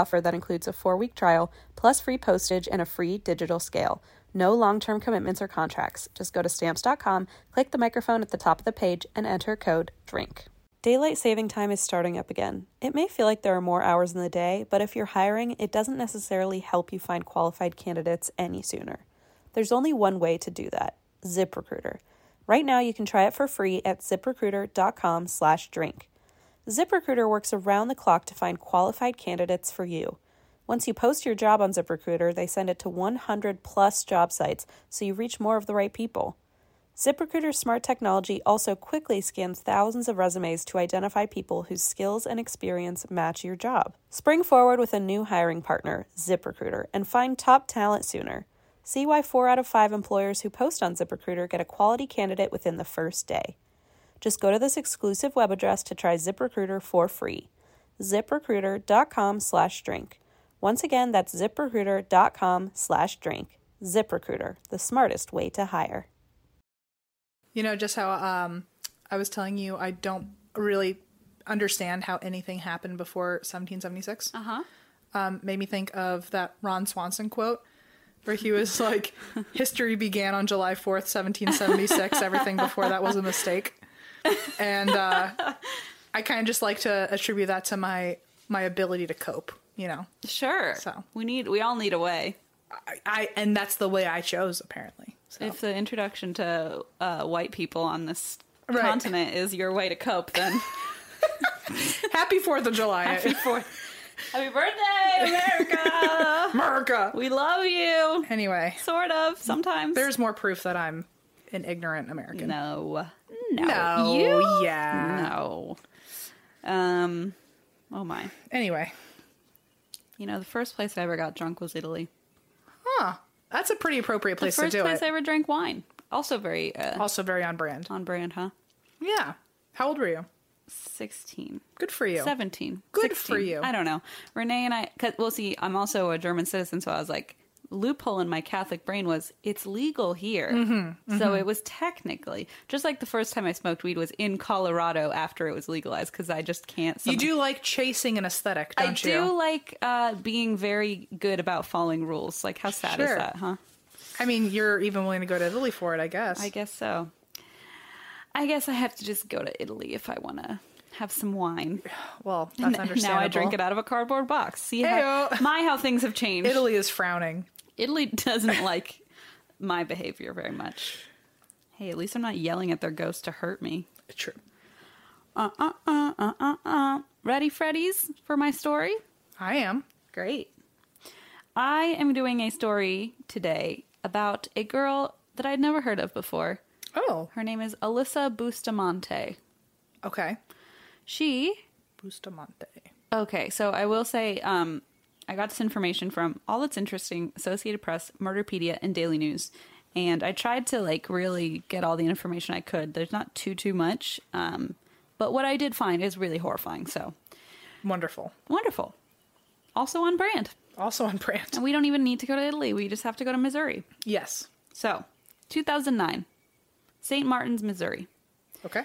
Speaker 1: offer that includes a four week trial, plus free postage and a free digital scale. No long term commitments or contracts. Just go to stamps.com, click the microphone at the top of the page, and enter code DRINK. Daylight saving time is starting up again. It may feel like there are more hours in the day, but if you're hiring, it doesn't necessarily help you find qualified candidates any sooner. There's only one way to do that ZipRecruiter. Right now, you can try it for free at ziprecruiter.com slash drink. ZipRecruiter works around the clock to find qualified candidates for you. Once you post your job on ZipRecruiter, they send it to 100 plus job sites so you reach more of the right people. ZipRecruiter's smart technology also quickly scans thousands of resumes to identify people whose skills and experience match your job. Spring forward with a new hiring partner, ZipRecruiter, and find top talent sooner. See why 4 out of 5 employers who post on ZipRecruiter get a quality candidate within the first day. Just go to this exclusive web address to try ZipRecruiter for free. ZipRecruiter.com slash drink. Once again, that's ziprecruiter.com slash drink. ZipRecruiter, the smartest way to hire.
Speaker 3: You know, just how um, I was telling you, I don't really understand how anything happened before 1776. Uh huh. Um, made me think of that Ron Swanson quote where he was like, history began on July 4th, 1776. Everything before that was a mistake. And uh, I kind of just like to attribute that to my my ability to cope, you know.
Speaker 2: Sure.
Speaker 3: So.
Speaker 2: we need we all need a way.
Speaker 3: I, I and that's the way I chose apparently. So.
Speaker 2: If the introduction to uh, white people on this
Speaker 3: Right.
Speaker 2: continent is your way to cope, then
Speaker 3: Happy 4th of July.
Speaker 2: happy Fourth, happy birthday, America!
Speaker 3: America.
Speaker 2: we love you.
Speaker 3: Anyway,
Speaker 2: Sort of. Sometimes
Speaker 3: there's more proof that I'm an ignorant American.
Speaker 2: no, no,
Speaker 3: No,
Speaker 2: you
Speaker 3: yeah.
Speaker 2: no. Um, oh my.
Speaker 3: Anyway,
Speaker 2: You know, the first place I ever got drunk was Italy.
Speaker 3: huh? That's a pretty appropriate
Speaker 2: The
Speaker 3: place to
Speaker 2: first
Speaker 3: do
Speaker 2: place
Speaker 3: it.
Speaker 2: I ever drank wine. Also very uh,
Speaker 3: also, very on brand.
Speaker 2: on brand, huh?
Speaker 3: Yeah. How old were you?
Speaker 2: 16.
Speaker 3: Good for you.
Speaker 2: 17.
Speaker 3: Good for
Speaker 2: 16.
Speaker 3: you.
Speaker 2: I don't know. Renee and I, cause, well, see, I'm also a German citizen, so I was like, loophole in my Catholic brain was it's legal here.
Speaker 3: Mm-hmm,
Speaker 2: So it was technically, just like the first time I smoked weed was in Colorado after it was legalized, because I just can't.
Speaker 3: You
Speaker 2: some-
Speaker 3: do like chasing an aesthetic,
Speaker 2: I
Speaker 3: don't
Speaker 2: do
Speaker 3: you?
Speaker 2: like uh, being very good about following rules. Like, how sad is
Speaker 3: Sure.
Speaker 2: that, huh?
Speaker 3: I mean, you're even willing to go to Italy for it, I guess.
Speaker 2: I guess so. I guess I have to just go to Italy if I want to have some wine.
Speaker 3: well, that's understandable.
Speaker 2: Now I drink it out of a cardboard box. See how
Speaker 3: Heyo.
Speaker 2: my how things have changed.
Speaker 3: Italy is frowning.
Speaker 2: Italy doesn't like my behavior very much. Hey, at least I'm not yelling at their ghost to hurt me.
Speaker 3: True.
Speaker 2: Uh uh uh uh uh uh. Ready, Freddies, for my story?
Speaker 3: I am.
Speaker 2: Great. I am doing a story today about a girl that I'd never heard of before.
Speaker 3: Oh,
Speaker 2: Her name is Alyssa Bustamante.
Speaker 3: okay.
Speaker 2: She
Speaker 3: Bustamante.
Speaker 2: Okay, so I will say um, I got this information from All That's Interesting, Associated Press, Murderpedia, and Daily News, and I tried to like really get all the information I could. There's not too too much, um, but what I did find is really horrifying. So
Speaker 3: Wonderful.
Speaker 2: wonderful, also on brand,
Speaker 3: Also on brand.
Speaker 2: and we don't even need to go to Italy. We just have to go to Missouri.
Speaker 3: Yes.
Speaker 2: So, 2009, St. Martin's, Missouri.
Speaker 3: Okay.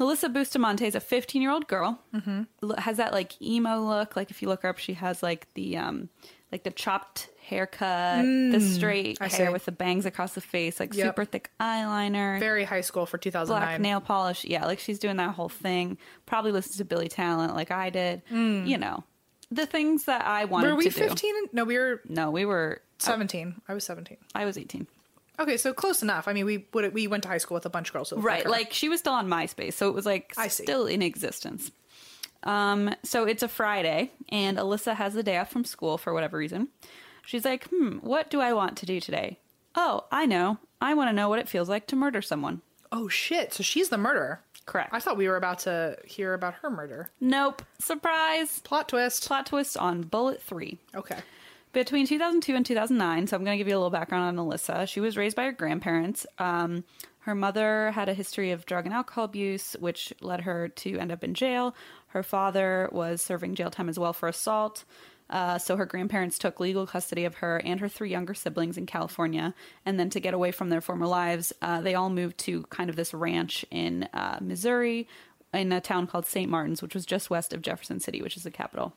Speaker 2: Alyssa Bustamante is a 15 year old girl. Mm-hmm. Has that like emo look. Like if you look her up, she has like the um like the chopped haircut, the straight
Speaker 3: Mm, I
Speaker 2: hair
Speaker 3: see.
Speaker 2: with the bangs across the face, like
Speaker 3: Yep.
Speaker 2: super thick eyeliner,
Speaker 3: Very high school for 2009.
Speaker 2: black nail polish. Yeah, like she's doing that whole thing. Probably listens to Billy Talent like I did. You know, the things that I
Speaker 3: Mm.
Speaker 2: wanted
Speaker 3: Were we
Speaker 2: to
Speaker 3: 15? No, we were
Speaker 2: do. No, we were.
Speaker 3: 17. I was 17.
Speaker 2: I was 18.
Speaker 3: Oh. Okay, so close enough. I mean, we would we went to high school with a bunch of girls. who looked
Speaker 2: Right.
Speaker 3: her.
Speaker 2: Like she was still on MySpace, so it was like
Speaker 3: I see.
Speaker 2: still in existence. Um, so it's a Friday, and Alyssa has the day off from school for whatever reason. She's like, hmm, what do I want to do today? Oh, I know. I want to know what it feels like to murder someone.
Speaker 3: oh shit! So she's the murderer.
Speaker 2: Correct.
Speaker 3: I thought we were about to hear about her murder.
Speaker 2: nope. Surprise.
Speaker 3: Plot twist.
Speaker 2: Plot twist on Bullet 3.
Speaker 3: Okay.
Speaker 2: Between 2002 and 2009, so I'm going to give you a little background on Alyssa. She was raised by her grandparents. Um, her mother had a history of drug and alcohol abuse, which led her to end up in jail. Her father was serving jail time as well for assault. Uh, so her grandparents took legal custody of her and her three younger siblings in California. And then to get away from their former lives, uh, they all moved to kind of this ranch in uh, Missouri in a town called St. Martin's, which was just west of Jefferson City, which is the capital.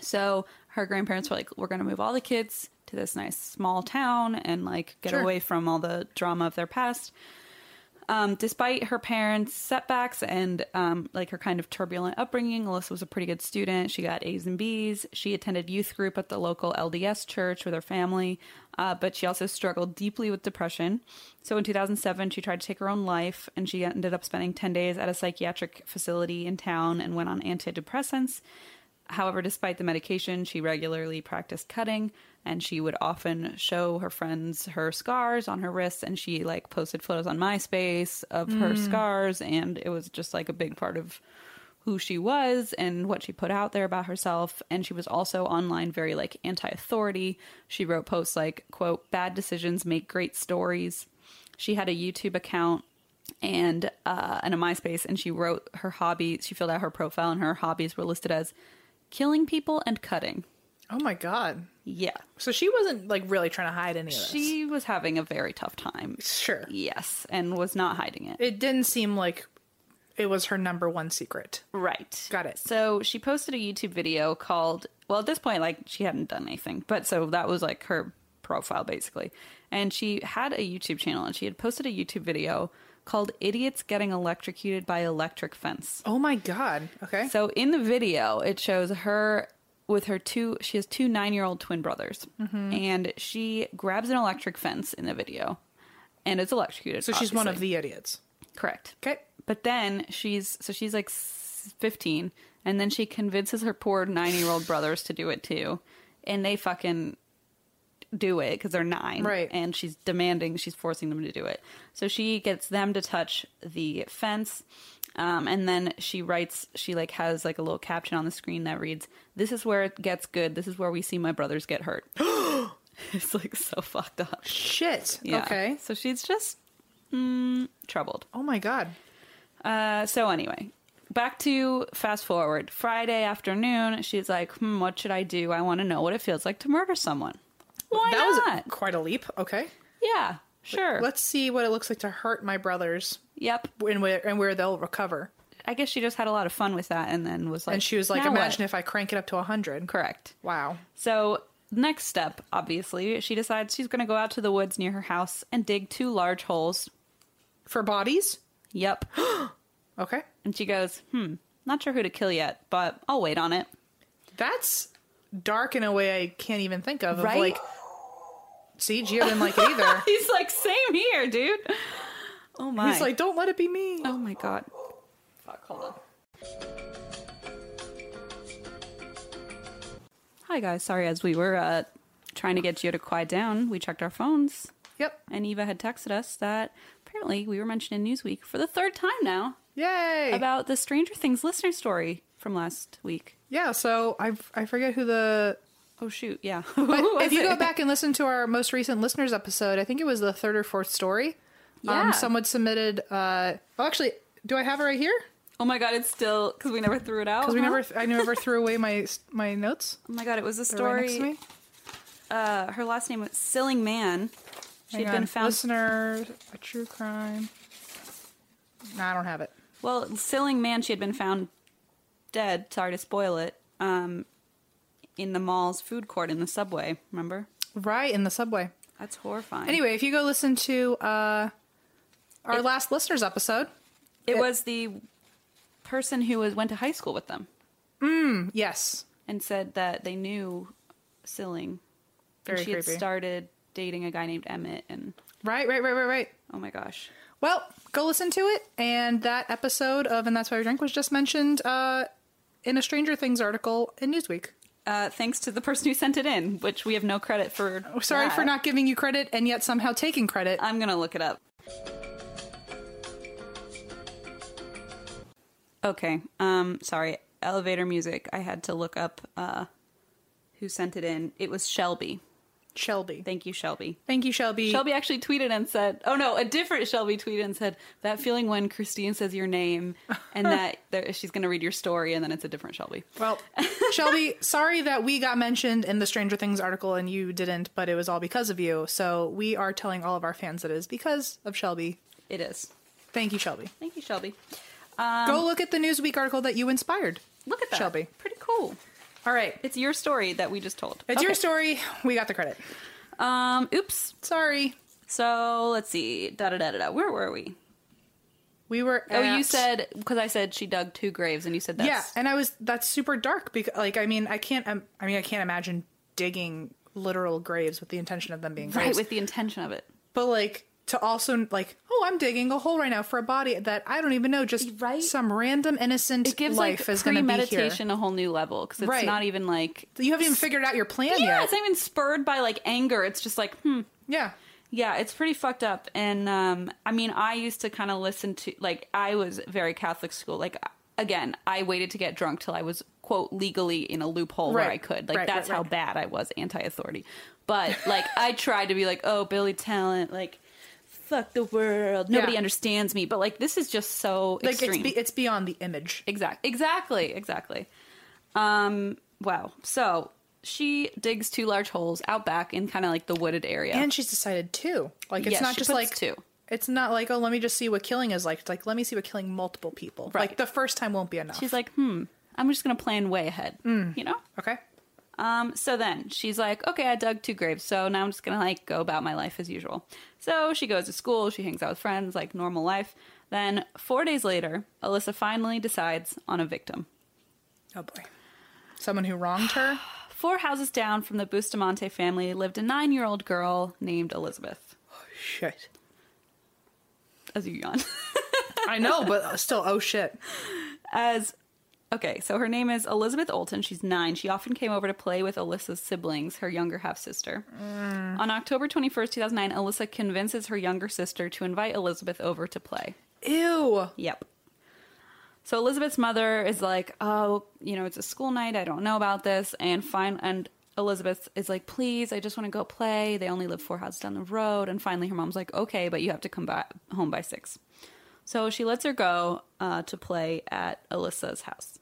Speaker 2: So her grandparents were like, "We're going to move all the kids to this nice small town and like get
Speaker 3: Sure.
Speaker 2: away from all the drama of their past." Um, despite her parents' setbacks and um, like her kind of turbulent upbringing, Alyssa was a pretty good student. She got A's and B's. She attended youth group at the local LDS church with her family, uh, but she also struggled deeply with depression. So in 2007, she tried to take her own life, and she ended up spending 10 days at a psychiatric facility in town and went on antidepressants. However, despite the medication, she regularly practiced cutting and she would often show her friends her scars on her wrists and she like posted photos on MySpace of her scars and it was just like a big part of who she was and what she put out there about herself and she was also online very like anti-authority. She wrote posts like quote bad decisions make great stories. She had a YouTube account and uh, and a MySpace, and she wrote her hobby. She filled out her profile, and her hobbies were listed as killing people and cutting.
Speaker 3: Oh my god.
Speaker 2: Yeah,
Speaker 3: So she wasn't like really trying to hide any of this.
Speaker 2: she was having a very tough time.
Speaker 3: sure.
Speaker 2: Yes, and was not hiding it.
Speaker 3: It didn't seem like it was her number one secret.
Speaker 2: Right.
Speaker 3: Got it.
Speaker 2: So she posted a YouTube video called, well, at this point, like she hadn't done anything, but so that was like her profile basically. And she had a YouTube channel and she had posted a YouTube video called Idiots Getting Electrocuted by Electric Fence.
Speaker 3: Oh my god. Okay.
Speaker 2: So in the video, it shows her with her two. She has two nine-year-old twin brothers,
Speaker 3: Mm-hmm.
Speaker 2: and she grabs an electric fence in the video, and it's electrocuted.
Speaker 3: So she's one of
Speaker 2: obviously.
Speaker 3: the idiots.
Speaker 2: correct.
Speaker 3: Okay.
Speaker 2: But then she's so she's like s- fifteen, and then she convinces her poor nine-year-old brothers to do it too, and they fucking do it because they're nine,
Speaker 3: Right.
Speaker 2: And she's demanding, she's forcing them to do it. So she gets them to touch the fence, um, and then she writes, she like has like a little caption on the screen that reads, "This is where it gets good. This is where we see my brothers get hurt." it's like so fucked up.
Speaker 3: Shit.
Speaker 2: Yeah.
Speaker 3: Okay.
Speaker 2: So she's just mm, troubled.
Speaker 3: Oh my god.
Speaker 2: Uh, so anyway, back to fast forward. Friday afternoon, she's like, hmm, "What should I do? I want to know what it feels like to murder someone." Why
Speaker 3: that was
Speaker 2: not?
Speaker 3: quite a leap. Okay.
Speaker 2: yeah, sure.
Speaker 3: Let's see what it looks like to hurt my brothers
Speaker 2: Yep.
Speaker 3: and where and where they'll recover.
Speaker 2: I guess she just had a lot of fun with that, and then was like,
Speaker 3: And she was like,
Speaker 2: "Now what?"
Speaker 3: imagine if I crank it up to 100.
Speaker 2: correct."
Speaker 3: Wow.
Speaker 2: So, next step, obviously, she decides she's going to go out to the woods near her house and dig two large holes.
Speaker 3: For bodies?
Speaker 2: Yep.
Speaker 3: Okay.
Speaker 2: and she goes, "Hmm, not sure who to kill yet, but I'll wait on it."
Speaker 3: That's dark in a way I can't even think of. of
Speaker 2: Right?
Speaker 3: like, see, Gio didn't like it either.
Speaker 2: He's like, "Same here, dude." Oh my.
Speaker 3: He's like, don't let it be me.
Speaker 2: Oh my god. Fuck, hold on. Hi guys, sorry as we were uh, trying to get Gio to quiet down, we checked our phones
Speaker 3: Yep.
Speaker 2: and Eva had texted us that apparently we were mentioned in Newsweek for the third time now
Speaker 3: Yay.
Speaker 2: about the Stranger Things listener story from last week.
Speaker 3: yeah, so I I forget who the
Speaker 2: Oh shoot, yeah.
Speaker 3: But
Speaker 2: Who was
Speaker 3: if you
Speaker 2: it?
Speaker 3: go back and listen to our most recent listeners episode, I think it was the third or fourth story.
Speaker 2: Yeah.
Speaker 3: Um, someone submitted. Uh, oh, actually, do I have it right here?
Speaker 2: Oh my god, it's still because we never threw it out.
Speaker 3: Because we
Speaker 2: huh?
Speaker 3: never, I never threw away my my notes.
Speaker 2: Oh my god, it was a
Speaker 3: They're right next to
Speaker 2: story.
Speaker 3: me.
Speaker 2: uh, her last name was Silling Man. She
Speaker 3: Hang
Speaker 2: had been
Speaker 3: on.
Speaker 2: found
Speaker 3: Listener, a true crime. No, I don't have it.
Speaker 2: Well, Silling Man, she had been found dead. Sorry to spoil it. Um, in the mall's food court in the subway. Remember?
Speaker 3: Right in the subway.
Speaker 2: That's horrifying.
Speaker 3: Anyway, if you go listen to uh, our last listeners episode,
Speaker 2: it was the person who was went to high school with them
Speaker 3: yes,
Speaker 2: and said that they knew Silling.
Speaker 3: Very
Speaker 2: and she had
Speaker 3: creepy.
Speaker 2: started dating a guy named Emmett, and
Speaker 3: right, right, right, right, right.
Speaker 2: oh my gosh,
Speaker 3: Well, go listen to it. And that episode of And That's Why We Drink was just mentioned uh, in a Stranger Things article in Newsweek.
Speaker 2: uh, thanks to the person who sent it in, which we have no credit for.
Speaker 3: Oh, Sorry for
Speaker 2: that.
Speaker 3: not giving you credit and yet somehow taking credit.
Speaker 2: I'm gonna look it up. Okay. Um. Sorry. Elevator music. I had to look up. Uh, who sent it in? It was Shelby.
Speaker 3: Shelby.
Speaker 2: Thank you, Shelby.
Speaker 3: Thank you, Shelby.
Speaker 2: Shelby actually tweeted and said, "Oh no, a different Shelby tweeted and said that feeling when Christine says your name and that there, she's gonna read your story and then it's a different Shelby."
Speaker 3: Well, Shelby, sorry that we got mentioned in the Stranger Things article and you didn't, but it was all because of you. So we are telling all of our fans that it is because of Shelby.
Speaker 2: It is.
Speaker 3: Thank you, Shelby.
Speaker 2: Thank you, Shelby.
Speaker 3: Um, Go look at the Newsweek article that you inspired.
Speaker 2: Look at that,
Speaker 3: Shelby.
Speaker 2: Pretty cool.
Speaker 3: All right.
Speaker 2: It's your story that we just told.
Speaker 3: It's your story. We got the credit.
Speaker 2: Um, oops.
Speaker 3: Sorry.
Speaker 2: So let's see. Da da da da da. Where were we?
Speaker 3: We were.
Speaker 2: Oh, you
Speaker 3: at-
Speaker 2: said because I said she dug two graves, and you said that's
Speaker 3: Yeah, and I was that's super dark because like I mean I can't um, I mean I can't imagine digging literal graves with the intention of them being
Speaker 2: right
Speaker 3: graves.
Speaker 2: with the intention of it.
Speaker 3: but like to also like oh I'm digging a hole right now for a body that I don't even know just
Speaker 2: Right.
Speaker 3: some random innocent
Speaker 2: It gives
Speaker 3: life
Speaker 2: like
Speaker 3: is going to be here.
Speaker 2: premeditation a whole new level because it's
Speaker 3: Right.
Speaker 2: not even like
Speaker 3: You haven't even figured out your plan
Speaker 2: yeah,
Speaker 3: yet.
Speaker 2: it's not even spurred by like anger. It's just like hmm,
Speaker 3: yeah.
Speaker 2: Yeah, it's pretty fucked up. And um, I mean, I used to kind of listen to like I was very Catholic school. Like again, I waited to get drunk till I was quote legally in a loophole where
Speaker 3: Right,
Speaker 2: I could. Like
Speaker 3: right,
Speaker 2: that's
Speaker 3: right,
Speaker 2: how
Speaker 3: right.
Speaker 2: bad I was anti-authority. But like I tried to be like, oh, Billy Talent, like fuck the world, nobody
Speaker 3: Yeah.
Speaker 2: understands me. But like this is just so
Speaker 3: Like
Speaker 2: extreme.
Speaker 3: it's be, it's beyond the image.
Speaker 2: Exactly. Exactly. Exactly. Um. Wow. So she digs two large holes out back in kind of like the wooded area.
Speaker 3: And she's decided too. Like it's
Speaker 2: Yes,
Speaker 3: not
Speaker 2: she
Speaker 3: just
Speaker 2: puts
Speaker 3: like
Speaker 2: two.
Speaker 3: It's not like oh let me just see what killing is like. It's like let me see what killing multiple people. Like
Speaker 2: Right.
Speaker 3: the first time won't be enough.
Speaker 2: She's like, hmm, I'm just going to plan way ahead, you know?
Speaker 3: okay.
Speaker 2: Um, so then she's like, okay, I dug two graves, so now I'm just going to like go about my life as usual. So she goes to school, she hangs out with friends, like normal life. Then four days later, Alyssa finally decides on a victim.
Speaker 3: Oh boy. Someone who wronged her.
Speaker 2: Four houses down from the Bustamante family lived a nine year old girl named Elizabeth.
Speaker 3: Shit.
Speaker 2: As you yawn.
Speaker 3: I know, but still, oh shit.
Speaker 2: as okay so her name is elizabeth olton she's nine she often came over to play with alyssa's siblings her younger half-sister on october 21st 2009 alyssa convinces her younger sister to invite elizabeth over to play
Speaker 3: Ew.
Speaker 2: yep so elizabeth's mother is like oh you know it's a school night i don't know about this and fine and elizabeth is like please i just want to go play they only live four houses down the road and finally her mom's like okay but you have to come back home by six so she lets her go uh, to play at Alyssa's house.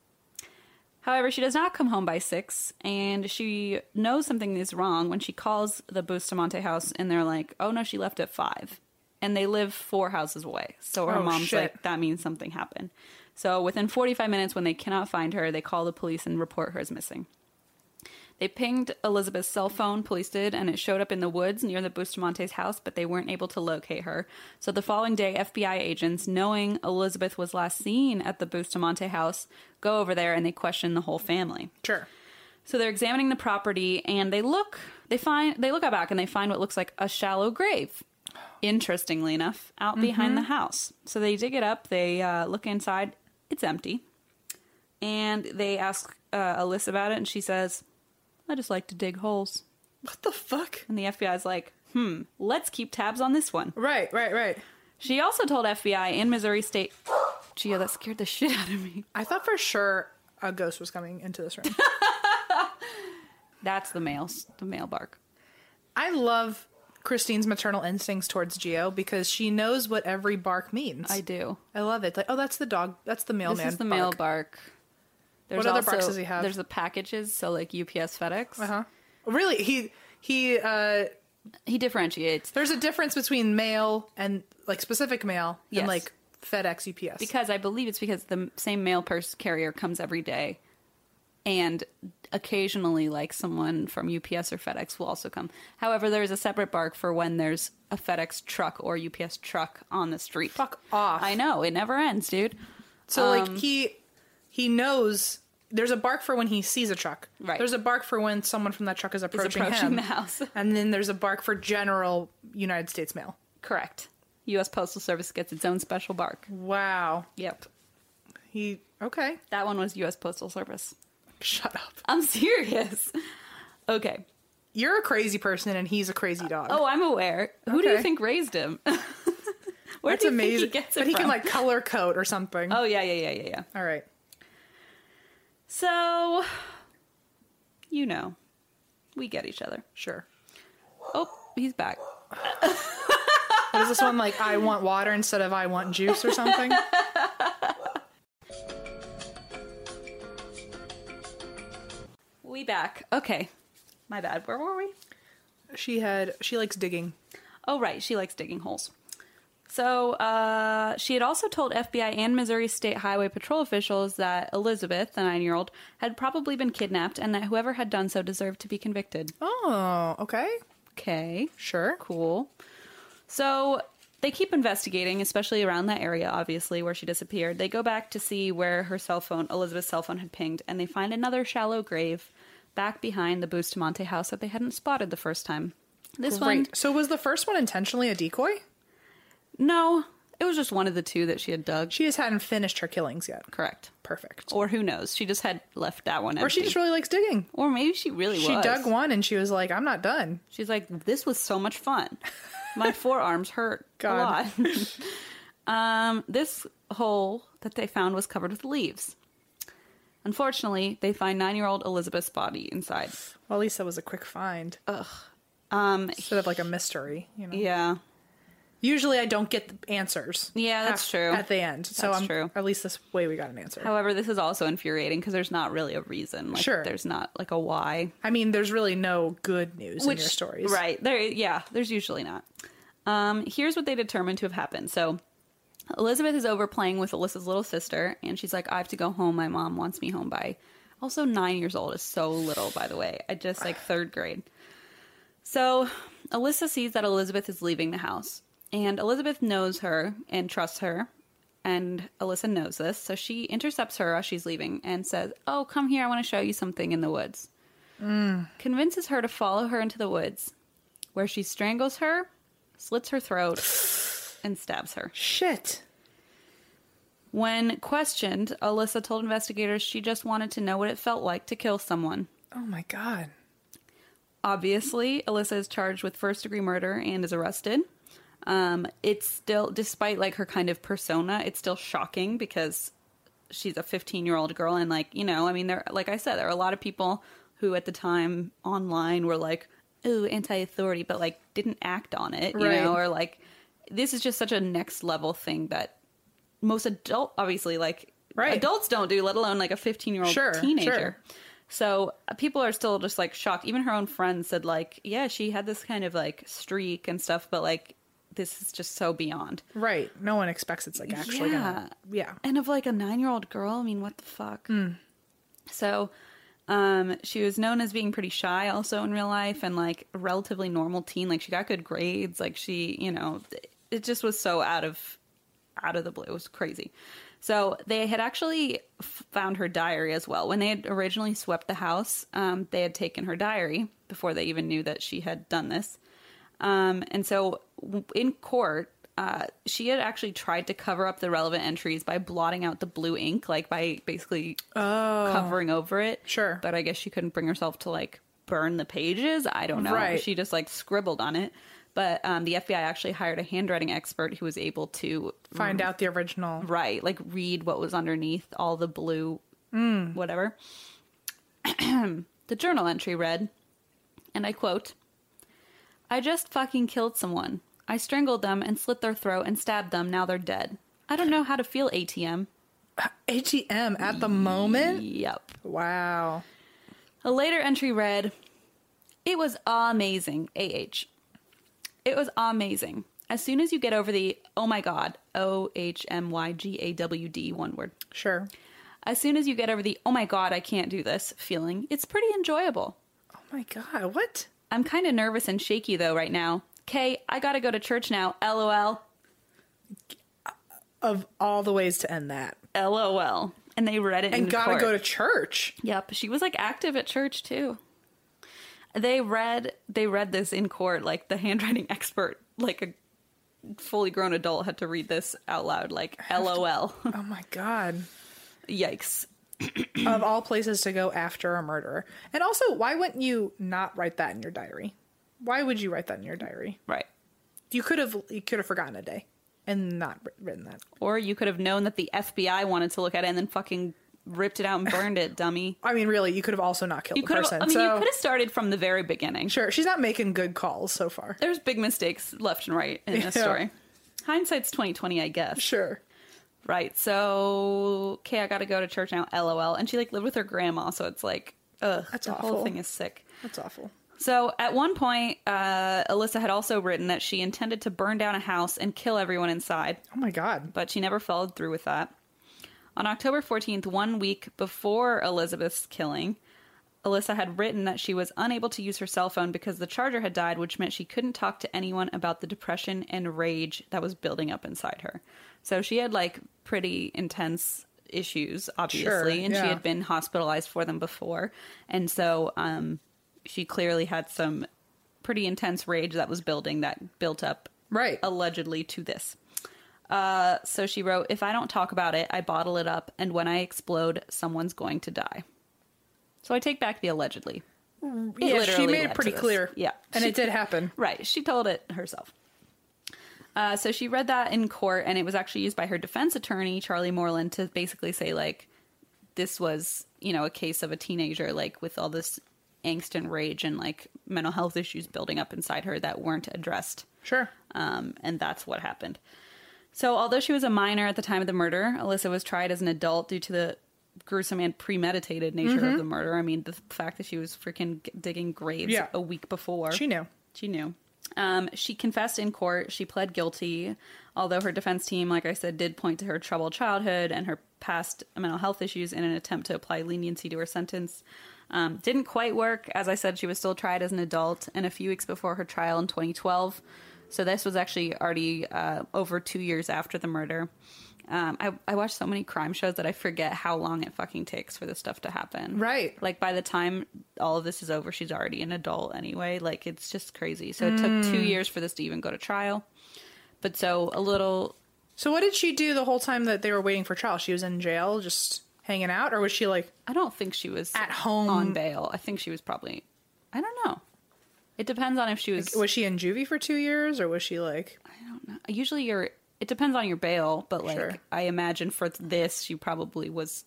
Speaker 2: However, she does not come home by six, and she knows something is wrong when she calls the Bustamante house, and they're like, "Oh no, she left at five. and they live four houses away. So her
Speaker 3: Oh,
Speaker 2: mom's
Speaker 3: shit.
Speaker 2: like, "That means something happened." So within 45 minutes, when they cannot find her, they call the police and report her as missing. They pinged Elizabeth's cell phone, police did, and it showed up in the woods near the Bustamante's house, but they weren't able to locate her. So the following day, FBI agents, knowing Elizabeth was last seen at the Bustamante house, go over there and they question the whole family.
Speaker 3: Sure.
Speaker 2: So they're examining the property and they look they find they look out back and they find what looks like a shallow grave. Interestingly enough, out behind the house. So they dig it up, they uh, look inside, it's empty. And they ask uh, Alyssa about it and she says, I just like to dig holes.
Speaker 3: What the fuck?
Speaker 2: And the FBI's like, hmm, let's keep tabs on this one.
Speaker 3: Right, right, right.
Speaker 2: She also told FBI and Missouri State. Gio, that scared the shit out of me.
Speaker 3: I thought for sure a ghost was coming into this room.
Speaker 2: That's the males, the male bark.
Speaker 3: I love Christine's maternal instincts towards Geo because she knows what every bark means.
Speaker 2: I do.
Speaker 3: I love it. Like, oh, that's the dog. That's the mailman.
Speaker 2: This is the
Speaker 3: bark.
Speaker 2: male bark. There's
Speaker 3: What other barks does he have? Uh-huh.
Speaker 2: There's the packages, so like UPS, FedEx.
Speaker 3: Huh? Really? He he. uh
Speaker 2: He differentiates
Speaker 3: There's a difference between mail and like specific mail and
Speaker 2: Yes.
Speaker 3: like FedEx, UPS.
Speaker 2: because I believe it's because the m- same mail purse carrier comes every day, and occasionally like someone from UPS or FedEx will also come. However, there is a separate bark for when there's a FedEx truck or UPS truck on the street.
Speaker 3: Fuck off.
Speaker 2: I know it never ends, dude.
Speaker 3: So
Speaker 2: Um,
Speaker 3: like he he knows there's a bark for when he sees a truck.
Speaker 2: Right.
Speaker 3: There's a bark for when someone from that truck is approaching,
Speaker 2: approaching
Speaker 3: him.
Speaker 2: the house.
Speaker 3: And then there's a bark for general United States mail.
Speaker 2: Correct. U.S. Postal Service gets its own special bark.
Speaker 3: Wow.
Speaker 2: Yep,
Speaker 3: He okay.
Speaker 2: that one was U.S. Postal Service.
Speaker 3: Shut up.
Speaker 2: I'm serious. Okay.
Speaker 3: You're a crazy person and he's a crazy dog.
Speaker 2: Oh, I'm aware. Who do you
Speaker 3: Okay.
Speaker 2: think raised him? Where
Speaker 3: that's
Speaker 2: do you
Speaker 3: amazing.
Speaker 2: think he gets it
Speaker 3: but he
Speaker 2: from?
Speaker 3: can like color code or something.
Speaker 2: Oh yeah, yeah, yeah, yeah, yeah.
Speaker 3: All right.
Speaker 2: So, you know, we get each other.
Speaker 3: Sure.
Speaker 2: Oh, he's back.
Speaker 3: But is this one like I want water instead of I want juice or something?
Speaker 2: We back. Okay. My bad. Where were we?
Speaker 3: she had she likes digging.
Speaker 2: Oh right, she likes digging holes. So uh, she had also told FBI and Missouri State Highway Patrol officials that Elizabeth, the nine year old, had probably been kidnapped and that whoever had done so deserved to be convicted.
Speaker 3: Oh, okay.
Speaker 2: Okay.
Speaker 3: Sure.
Speaker 2: Cool. So they keep investigating, especially around that area, obviously, where she disappeared. They go back to see where her cell phone, Elizabeth's cell phone, had pinged, and they find another shallow grave back behind the Bustamante house that they hadn't spotted the first time. This one,
Speaker 3: Great. So was the first one intentionally a decoy?
Speaker 2: no, it was just one of the two that she had dug.
Speaker 3: She just hadn't finished her killings yet.
Speaker 2: Correct.
Speaker 3: Perfect.
Speaker 2: Or who knows? She just had left that one.
Speaker 3: Or she just really likes digging.
Speaker 2: or maybe she really
Speaker 3: She
Speaker 2: was.
Speaker 3: dug one and she was like, I'm not done.
Speaker 2: She's like, this was so much fun. My forearms hurt
Speaker 3: God.
Speaker 2: a lot. um, this hole that they found was covered with leaves. Unfortunately, they find nine year old Elizabeth's body inside.
Speaker 3: Well, at least that was a quick find
Speaker 2: Um,
Speaker 3: instead of like a mystery. You know.
Speaker 2: yeah.
Speaker 3: Usually, I don't get the answers.
Speaker 2: Yeah, that's
Speaker 3: af-
Speaker 2: true.
Speaker 3: At the end, so
Speaker 2: That's
Speaker 3: I'm
Speaker 2: true.
Speaker 3: at least this way we got an answer.
Speaker 2: However, this is also infuriating because there's not really a reason. Like,
Speaker 3: Sure.
Speaker 2: There's not like a why.
Speaker 3: I mean, there's really no good news in your stories,
Speaker 2: Right. There yeah, there's usually not. Um, here's what they determined to have happened. So Elizabeth is over playing with Alyssa's little sister and she's like, I have to go home. My mom wants me home by also nine years old is so little, by the way. I just like third grade. So Alyssa sees that Elizabeth is leaving the house. And Elizabeth knows her and trusts her. And Alyssa knows this. So she intercepts her as she's leaving and says, Oh, come here. I want to show you something in the woods convinces her to follow her into the woods, where she strangles her, slits her throat, and stabs her.
Speaker 3: Shit.
Speaker 2: When questioned, Alyssa told investigators she just wanted to know what it felt like to kill someone.
Speaker 3: Oh my god.
Speaker 2: Obviously, Alyssa is charged with first degree murder and is arrested. Um, it's still, despite like her kind of persona, it's still shocking because she's a 15 year old girl. And like, you know, I mean, there, like I said, there are a lot of people who at the time online were like, ooh, anti authority, but like didn't act on it, you
Speaker 3: Right.
Speaker 2: know, or like, this is just such a next level thing that most adult, obviously, like,
Speaker 3: Right.
Speaker 2: adults don't do, let alone like a 15 year old
Speaker 3: Sure,
Speaker 2: teenager.
Speaker 3: sure.
Speaker 2: So uh, people are still just like shocked. Even her own friends said like, yeah, she had this kind of like streak and stuff, but like this is just so beyond.
Speaker 3: Right. No one expects it's like actually. Yeah. Gonna, yeah. Hmm.
Speaker 2: And of like a 9-year-old girl, I mean, what the fuck? So um she was known as being pretty shy also in real life and like a relatively normal teen. Like she got good grades, like she, you know, th- it just was so out of out of the blue. It was crazy. So they had actually f- found her diary as well. When they had originally swept the house, um, they had taken her diary before they even knew that she had done this. Um, and so w- in court, uh, she had actually tried to cover up the relevant entries by blotting out the blue ink, like by basically covering over it.
Speaker 3: Oh. Sure.
Speaker 2: But I guess she couldn't bring herself to like burn the pages. I don't know.
Speaker 3: Right.
Speaker 2: She just like scribbled on it. But um, the FBI actually hired a handwriting expert who was able to
Speaker 3: Find out the original.
Speaker 2: right like read what was underneath all the blue whatever the journal entry read and i quote i just fucking killed someone i strangled them and slit their throat and stabbed them now they're dead i don't know how to feel atm
Speaker 3: ATM at the moment.
Speaker 2: yep
Speaker 3: Wow.
Speaker 2: A later entry read, It was amazing, AH. It was amazing. As soon as you get over the, oh my god, O H M Y G A W D, one word.
Speaker 3: Sure.
Speaker 2: As soon as you get over the, oh my god, I can't do this feeling, it's pretty enjoyable.
Speaker 3: Oh my god. What?
Speaker 2: I'm kind of nervous and shaky though right now. Kay, I gotta go to church now. LOL.
Speaker 3: Of all the ways to end that.
Speaker 2: LOL. And they read it
Speaker 3: And
Speaker 2: in
Speaker 3: gotta
Speaker 2: court.
Speaker 3: go to church.
Speaker 2: Yep, she was like active at church too. They read they read this in court like the handwriting expert like a fully grown adult had to read this out loud like LOL.
Speaker 3: Oh my god.
Speaker 2: Yikes.
Speaker 3: of all places to go after a murderer. And also, why wouldn't you not write that in your diary? Why would you write that in your diary?
Speaker 2: Right.
Speaker 3: You could have you could have forgotten a day and not writ- written that.
Speaker 2: Or you could have known that the FBI wanted to look at it and then fucking ripped it out and burned it, dummy.
Speaker 3: I mean, really, you could have also not killed
Speaker 2: You
Speaker 3: the
Speaker 2: could have
Speaker 3: person.
Speaker 2: I mean
Speaker 3: so
Speaker 2: you could have started from the very beginning.
Speaker 3: sure, she's not making good calls so far.
Speaker 2: There's big mistakes left and right in this
Speaker 3: Yeah.
Speaker 2: story. Hindsight's 2020, I guess.
Speaker 3: Sure,
Speaker 2: Right. So, okay, I got to go to church now. LOL. And she like lived with her grandma, so it's like, ugh,
Speaker 3: That's
Speaker 2: the
Speaker 3: awful.
Speaker 2: whole thing is sick.
Speaker 3: that's awful.
Speaker 2: So at one point, uh, Alyssa had also written that she intended to burn down a house and kill everyone inside,
Speaker 3: Oh my god.
Speaker 2: but she never followed through with that. On October 14th, one week before Elizabeth's killing, Alyssa had written that she was unable to use her cell phone because the charger had died, which meant she couldn't talk to anyone about the depression and rage that was building up inside her. So she had like pretty intense issues, obviously, and she
Speaker 3: yeah.
Speaker 2: had been hospitalized for them before. And so um, she clearly had some pretty intense rage that was building that built up
Speaker 3: Right.
Speaker 2: allegedly to this. Uh, so she wrote, If I don't talk about it, I bottle it up, and when I explode, someone's going to die. So I take back the allegedly. It
Speaker 3: yeah, she
Speaker 2: literally
Speaker 3: made
Speaker 2: led
Speaker 3: it
Speaker 2: to
Speaker 3: pretty
Speaker 2: this.
Speaker 3: clear.
Speaker 2: Yeah.
Speaker 3: And
Speaker 2: She-
Speaker 3: it did happen.
Speaker 2: Right. She told it herself. Uh, so she read that in court, and it was actually used by her defense attorney, Charlie Moreland, to basically say, like, this was, you know, a case of a teenager, like, with all this angst and rage and, like, mental health issues building up inside her that weren't addressed
Speaker 3: Sure.
Speaker 2: um, and that's what happened. So, although she was a minor at the time of the murder, Alyssa was tried as an adult due to the gruesome and premeditated nature
Speaker 3: Mm-hmm.
Speaker 2: of the murder. I mean, the fact that she was freaking g- digging graves
Speaker 3: Yeah.
Speaker 2: a week before.
Speaker 3: She knew.
Speaker 2: She knew. Um, she confessed in court. She pled guilty, although her defense team, like I said, did point to her troubled childhood and her past mental health issues in an attempt to apply leniency to her sentence. Um, didn't quite work. As I said, she was still tried as an adult, and a few weeks before her trial in 2012. So this was actually already uh, over two years after the murder. Um, I, I watch so many crime shows that I forget how long it fucking takes for this stuff to happen.
Speaker 3: Right.
Speaker 2: Like by the time all of this is over, she's already an adult anyway. Like it's just crazy. So it took
Speaker 3: Mm.
Speaker 2: two years for this to even go to trial. But so a little
Speaker 3: So what did she do the whole time that they were waiting for trial? She was in jail just hanging out or was she like
Speaker 2: I don't think she was
Speaker 3: At home.
Speaker 2: on bail. I think she was probably I don't know. It depends on if she was
Speaker 3: was she in juvie for 2 years or was she like
Speaker 2: I don't know. Usually you're it depends on your bail, but like
Speaker 3: Sure.
Speaker 2: I imagine for this she probably was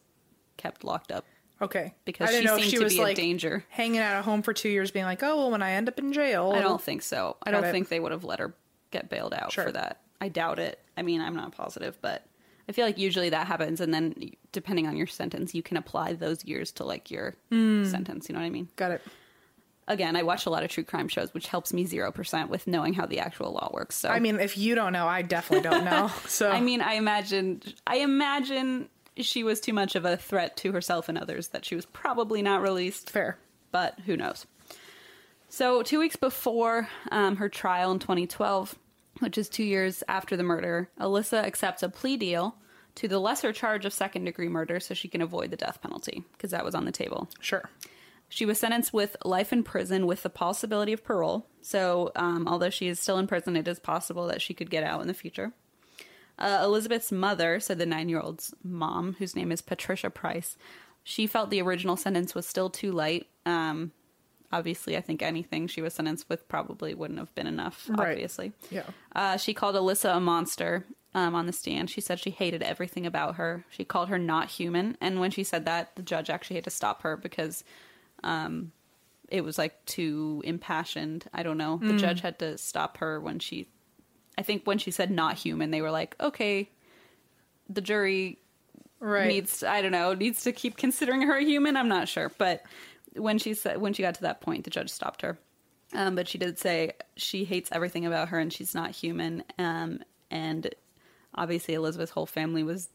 Speaker 2: kept locked up
Speaker 3: okay
Speaker 2: because
Speaker 3: I
Speaker 2: she
Speaker 3: didn't know if
Speaker 2: seemed
Speaker 3: she
Speaker 2: to
Speaker 3: was
Speaker 2: be
Speaker 3: like
Speaker 2: a danger.
Speaker 3: hanging out at home for 2 years being like, "Oh, well when I end up in jail."
Speaker 2: I don't think so. I
Speaker 3: Got
Speaker 2: don't
Speaker 3: it.
Speaker 2: think they would have let her get bailed out
Speaker 3: Sure.
Speaker 2: for that. I doubt it. I mean, I'm not positive, but I feel like usually that happens, and then depending on your sentence, you can apply those years to like your
Speaker 3: Hmm.
Speaker 2: sentence. You know what I mean?
Speaker 3: Got it.
Speaker 2: Again, I watch a lot of true crime shows, which helps me zero percent with knowing how the actual law works. So
Speaker 3: I mean, if you don't know, I definitely don't know. So
Speaker 2: Oh. I mean, I imagine, I imagine she was too much of a threat to herself and others that she was probably not released.
Speaker 3: fair.
Speaker 2: but who knows? So, two weeks before um, her trial in 2012, which is two years after the murder, Alyssa accepts a plea deal to the lesser charge of second degree murder so she can avoid the death penalty, because that was on the table.
Speaker 3: Sure.
Speaker 2: She was sentenced with life in prison with the possibility of parole. So, um, although she is still in prison, it is possible that she could get out in the future. Uh, Elizabeth's mother, so the nine year old's mom, whose name is Patricia Price, she felt the original sentence was still too light. Um, obviously, I think anything she was sentenced with probably wouldn't have been enough,
Speaker 3: Right.
Speaker 2: obviously.
Speaker 3: Yeah.
Speaker 2: Uh, she called Alyssa a monster um, on the stand. She said she hated everything about her. She called her not human. And when she said that, the judge actually had to stop her because um, it was like too impassioned. I don't know. The judge had to stop her when she, I think when she said not human, they were like, okay, the jury
Speaker 3: Right.
Speaker 2: needs I don't know needs to keep considering her a human. I'm not sure, but when she said when she got to that point, the judge stopped her. Um, but she did say she hates everything about her and she's not human. Um, and obviously Elizabeth's whole family was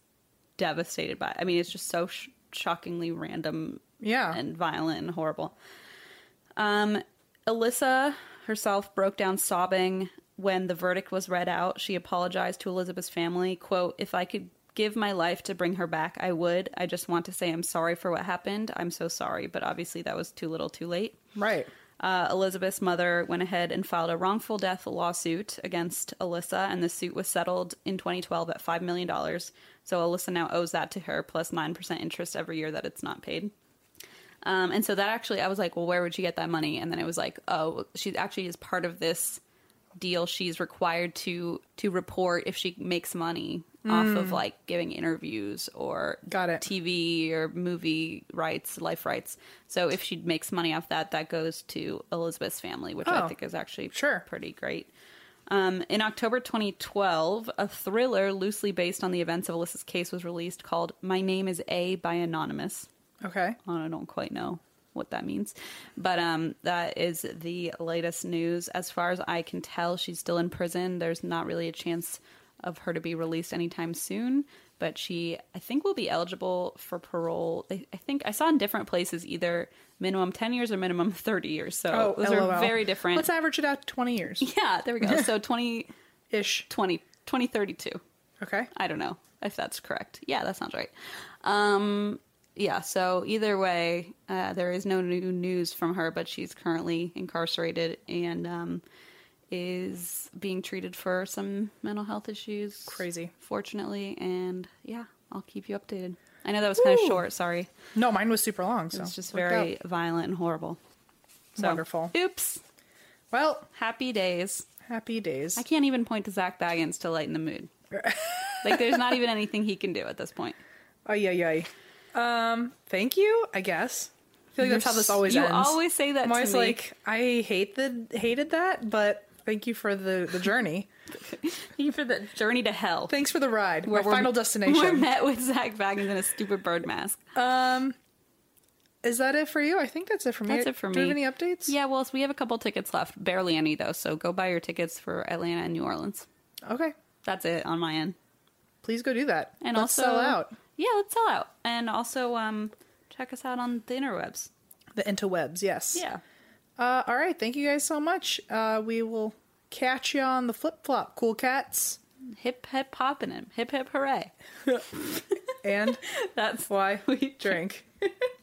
Speaker 2: devastated by. It. I mean, it's just so sh- shockingly random,
Speaker 3: Yeah.
Speaker 2: and violent and horrible. Um, Alyssa herself broke down sobbing when the verdict was read out. She apologized to Elizabeth's family. Quote, if I could give my life to bring her back, I would. I just want to say I'm sorry for what happened. I'm so sorry. But obviously that was too little too late.
Speaker 3: right.
Speaker 2: Uh, Elizabeth's mother went ahead and filed a wrongful death lawsuit against Alyssa, and the suit was settled in 2012 at $5 million. So Alyssa now owes that to her, plus 9% interest every year that it's not paid. Um, and so that actually, I was like, well, where would she get that money? And then it was like, oh, she actually is part of this deal. She's required to to report if she makes money off of like giving interviews or
Speaker 3: Mm. Got it.
Speaker 2: TV or movie rights, life rights. So if she makes money off that, that goes to Elizabeth's family, which I
Speaker 3: Oh,
Speaker 2: think is actually
Speaker 3: sure.
Speaker 2: pretty great. Um, in October 2012, a thriller loosely based on the events of Alyssa's case was released called My Name is A by Anonymous.
Speaker 3: Okay.
Speaker 2: I don't quite know what that means. But um, that is the latest news. As far as I can tell, she's still in prison. There's not really a chance of her to be released anytime soon. But she, I think, will be eligible for parole. They- I think I saw in different places either minimum 10 years or minimum 30 years. So those are very different.
Speaker 3: Oh, Let's average it out to 20 years
Speaker 2: Yeah, there we go. So 20,
Speaker 3: ish.
Speaker 2: 20, 2032.
Speaker 3: Okay.
Speaker 2: I don't know if that's correct. Yeah, that sounds right. Um, yeah, so either way, uh, there is no new news from her, but she's currently incarcerated and um, is being treated for some mental health issues.
Speaker 3: Crazy.
Speaker 2: Fortunately, and yeah, I'll keep you updated. I know that was kind of short, sorry.
Speaker 3: No, mine was super long. So
Speaker 2: It was just
Speaker 3: worked
Speaker 2: very
Speaker 3: out.
Speaker 2: violent and horrible.
Speaker 3: Wonderful.
Speaker 2: Oops.
Speaker 3: Well,
Speaker 2: Happy days.
Speaker 3: happy days.
Speaker 2: I can't even point to Zach Baggins to lighten the mood. like, there's not even anything he can do at this point.
Speaker 3: Oh yeah, yeah. Um, thank you. I guess. I feel like that's how this always
Speaker 2: you
Speaker 3: ends.
Speaker 2: always say that
Speaker 3: I'm
Speaker 2: to
Speaker 3: always
Speaker 2: me.
Speaker 3: like, I hate the hated that, but thank you for the the journey.
Speaker 2: Thank you for the journey to hell.
Speaker 3: Thanks for the ride.
Speaker 2: Where
Speaker 3: Our
Speaker 2: we're-
Speaker 3: final
Speaker 2: We're
Speaker 3: destination.
Speaker 2: met with Zach Baggins in a stupid bird mask.
Speaker 3: Um, is that it for you? I think that's it for me.
Speaker 2: That's it for
Speaker 3: Do you have
Speaker 2: me.
Speaker 3: any updates?
Speaker 2: Yeah, well, so we have a couple tickets left. Barely any, though. So go buy your tickets for Atlanta and New Orleans.
Speaker 3: Okay.
Speaker 2: That's it on my end.
Speaker 3: Please go do that.
Speaker 2: And
Speaker 3: Let's
Speaker 2: also,
Speaker 3: sell out
Speaker 2: Yeah, let's sell out. And also, um, check us out on the interwebs.
Speaker 3: the interwebs. Yes.
Speaker 2: Yeah.
Speaker 3: Uh, all right. Thank you guys so much. Uh, we will catch you on the flip flop, cool cats.
Speaker 2: Hip hip hopping him. Hip hip hooray.
Speaker 3: And
Speaker 2: That's
Speaker 3: why we
Speaker 2: drink.
Speaker 3: drink.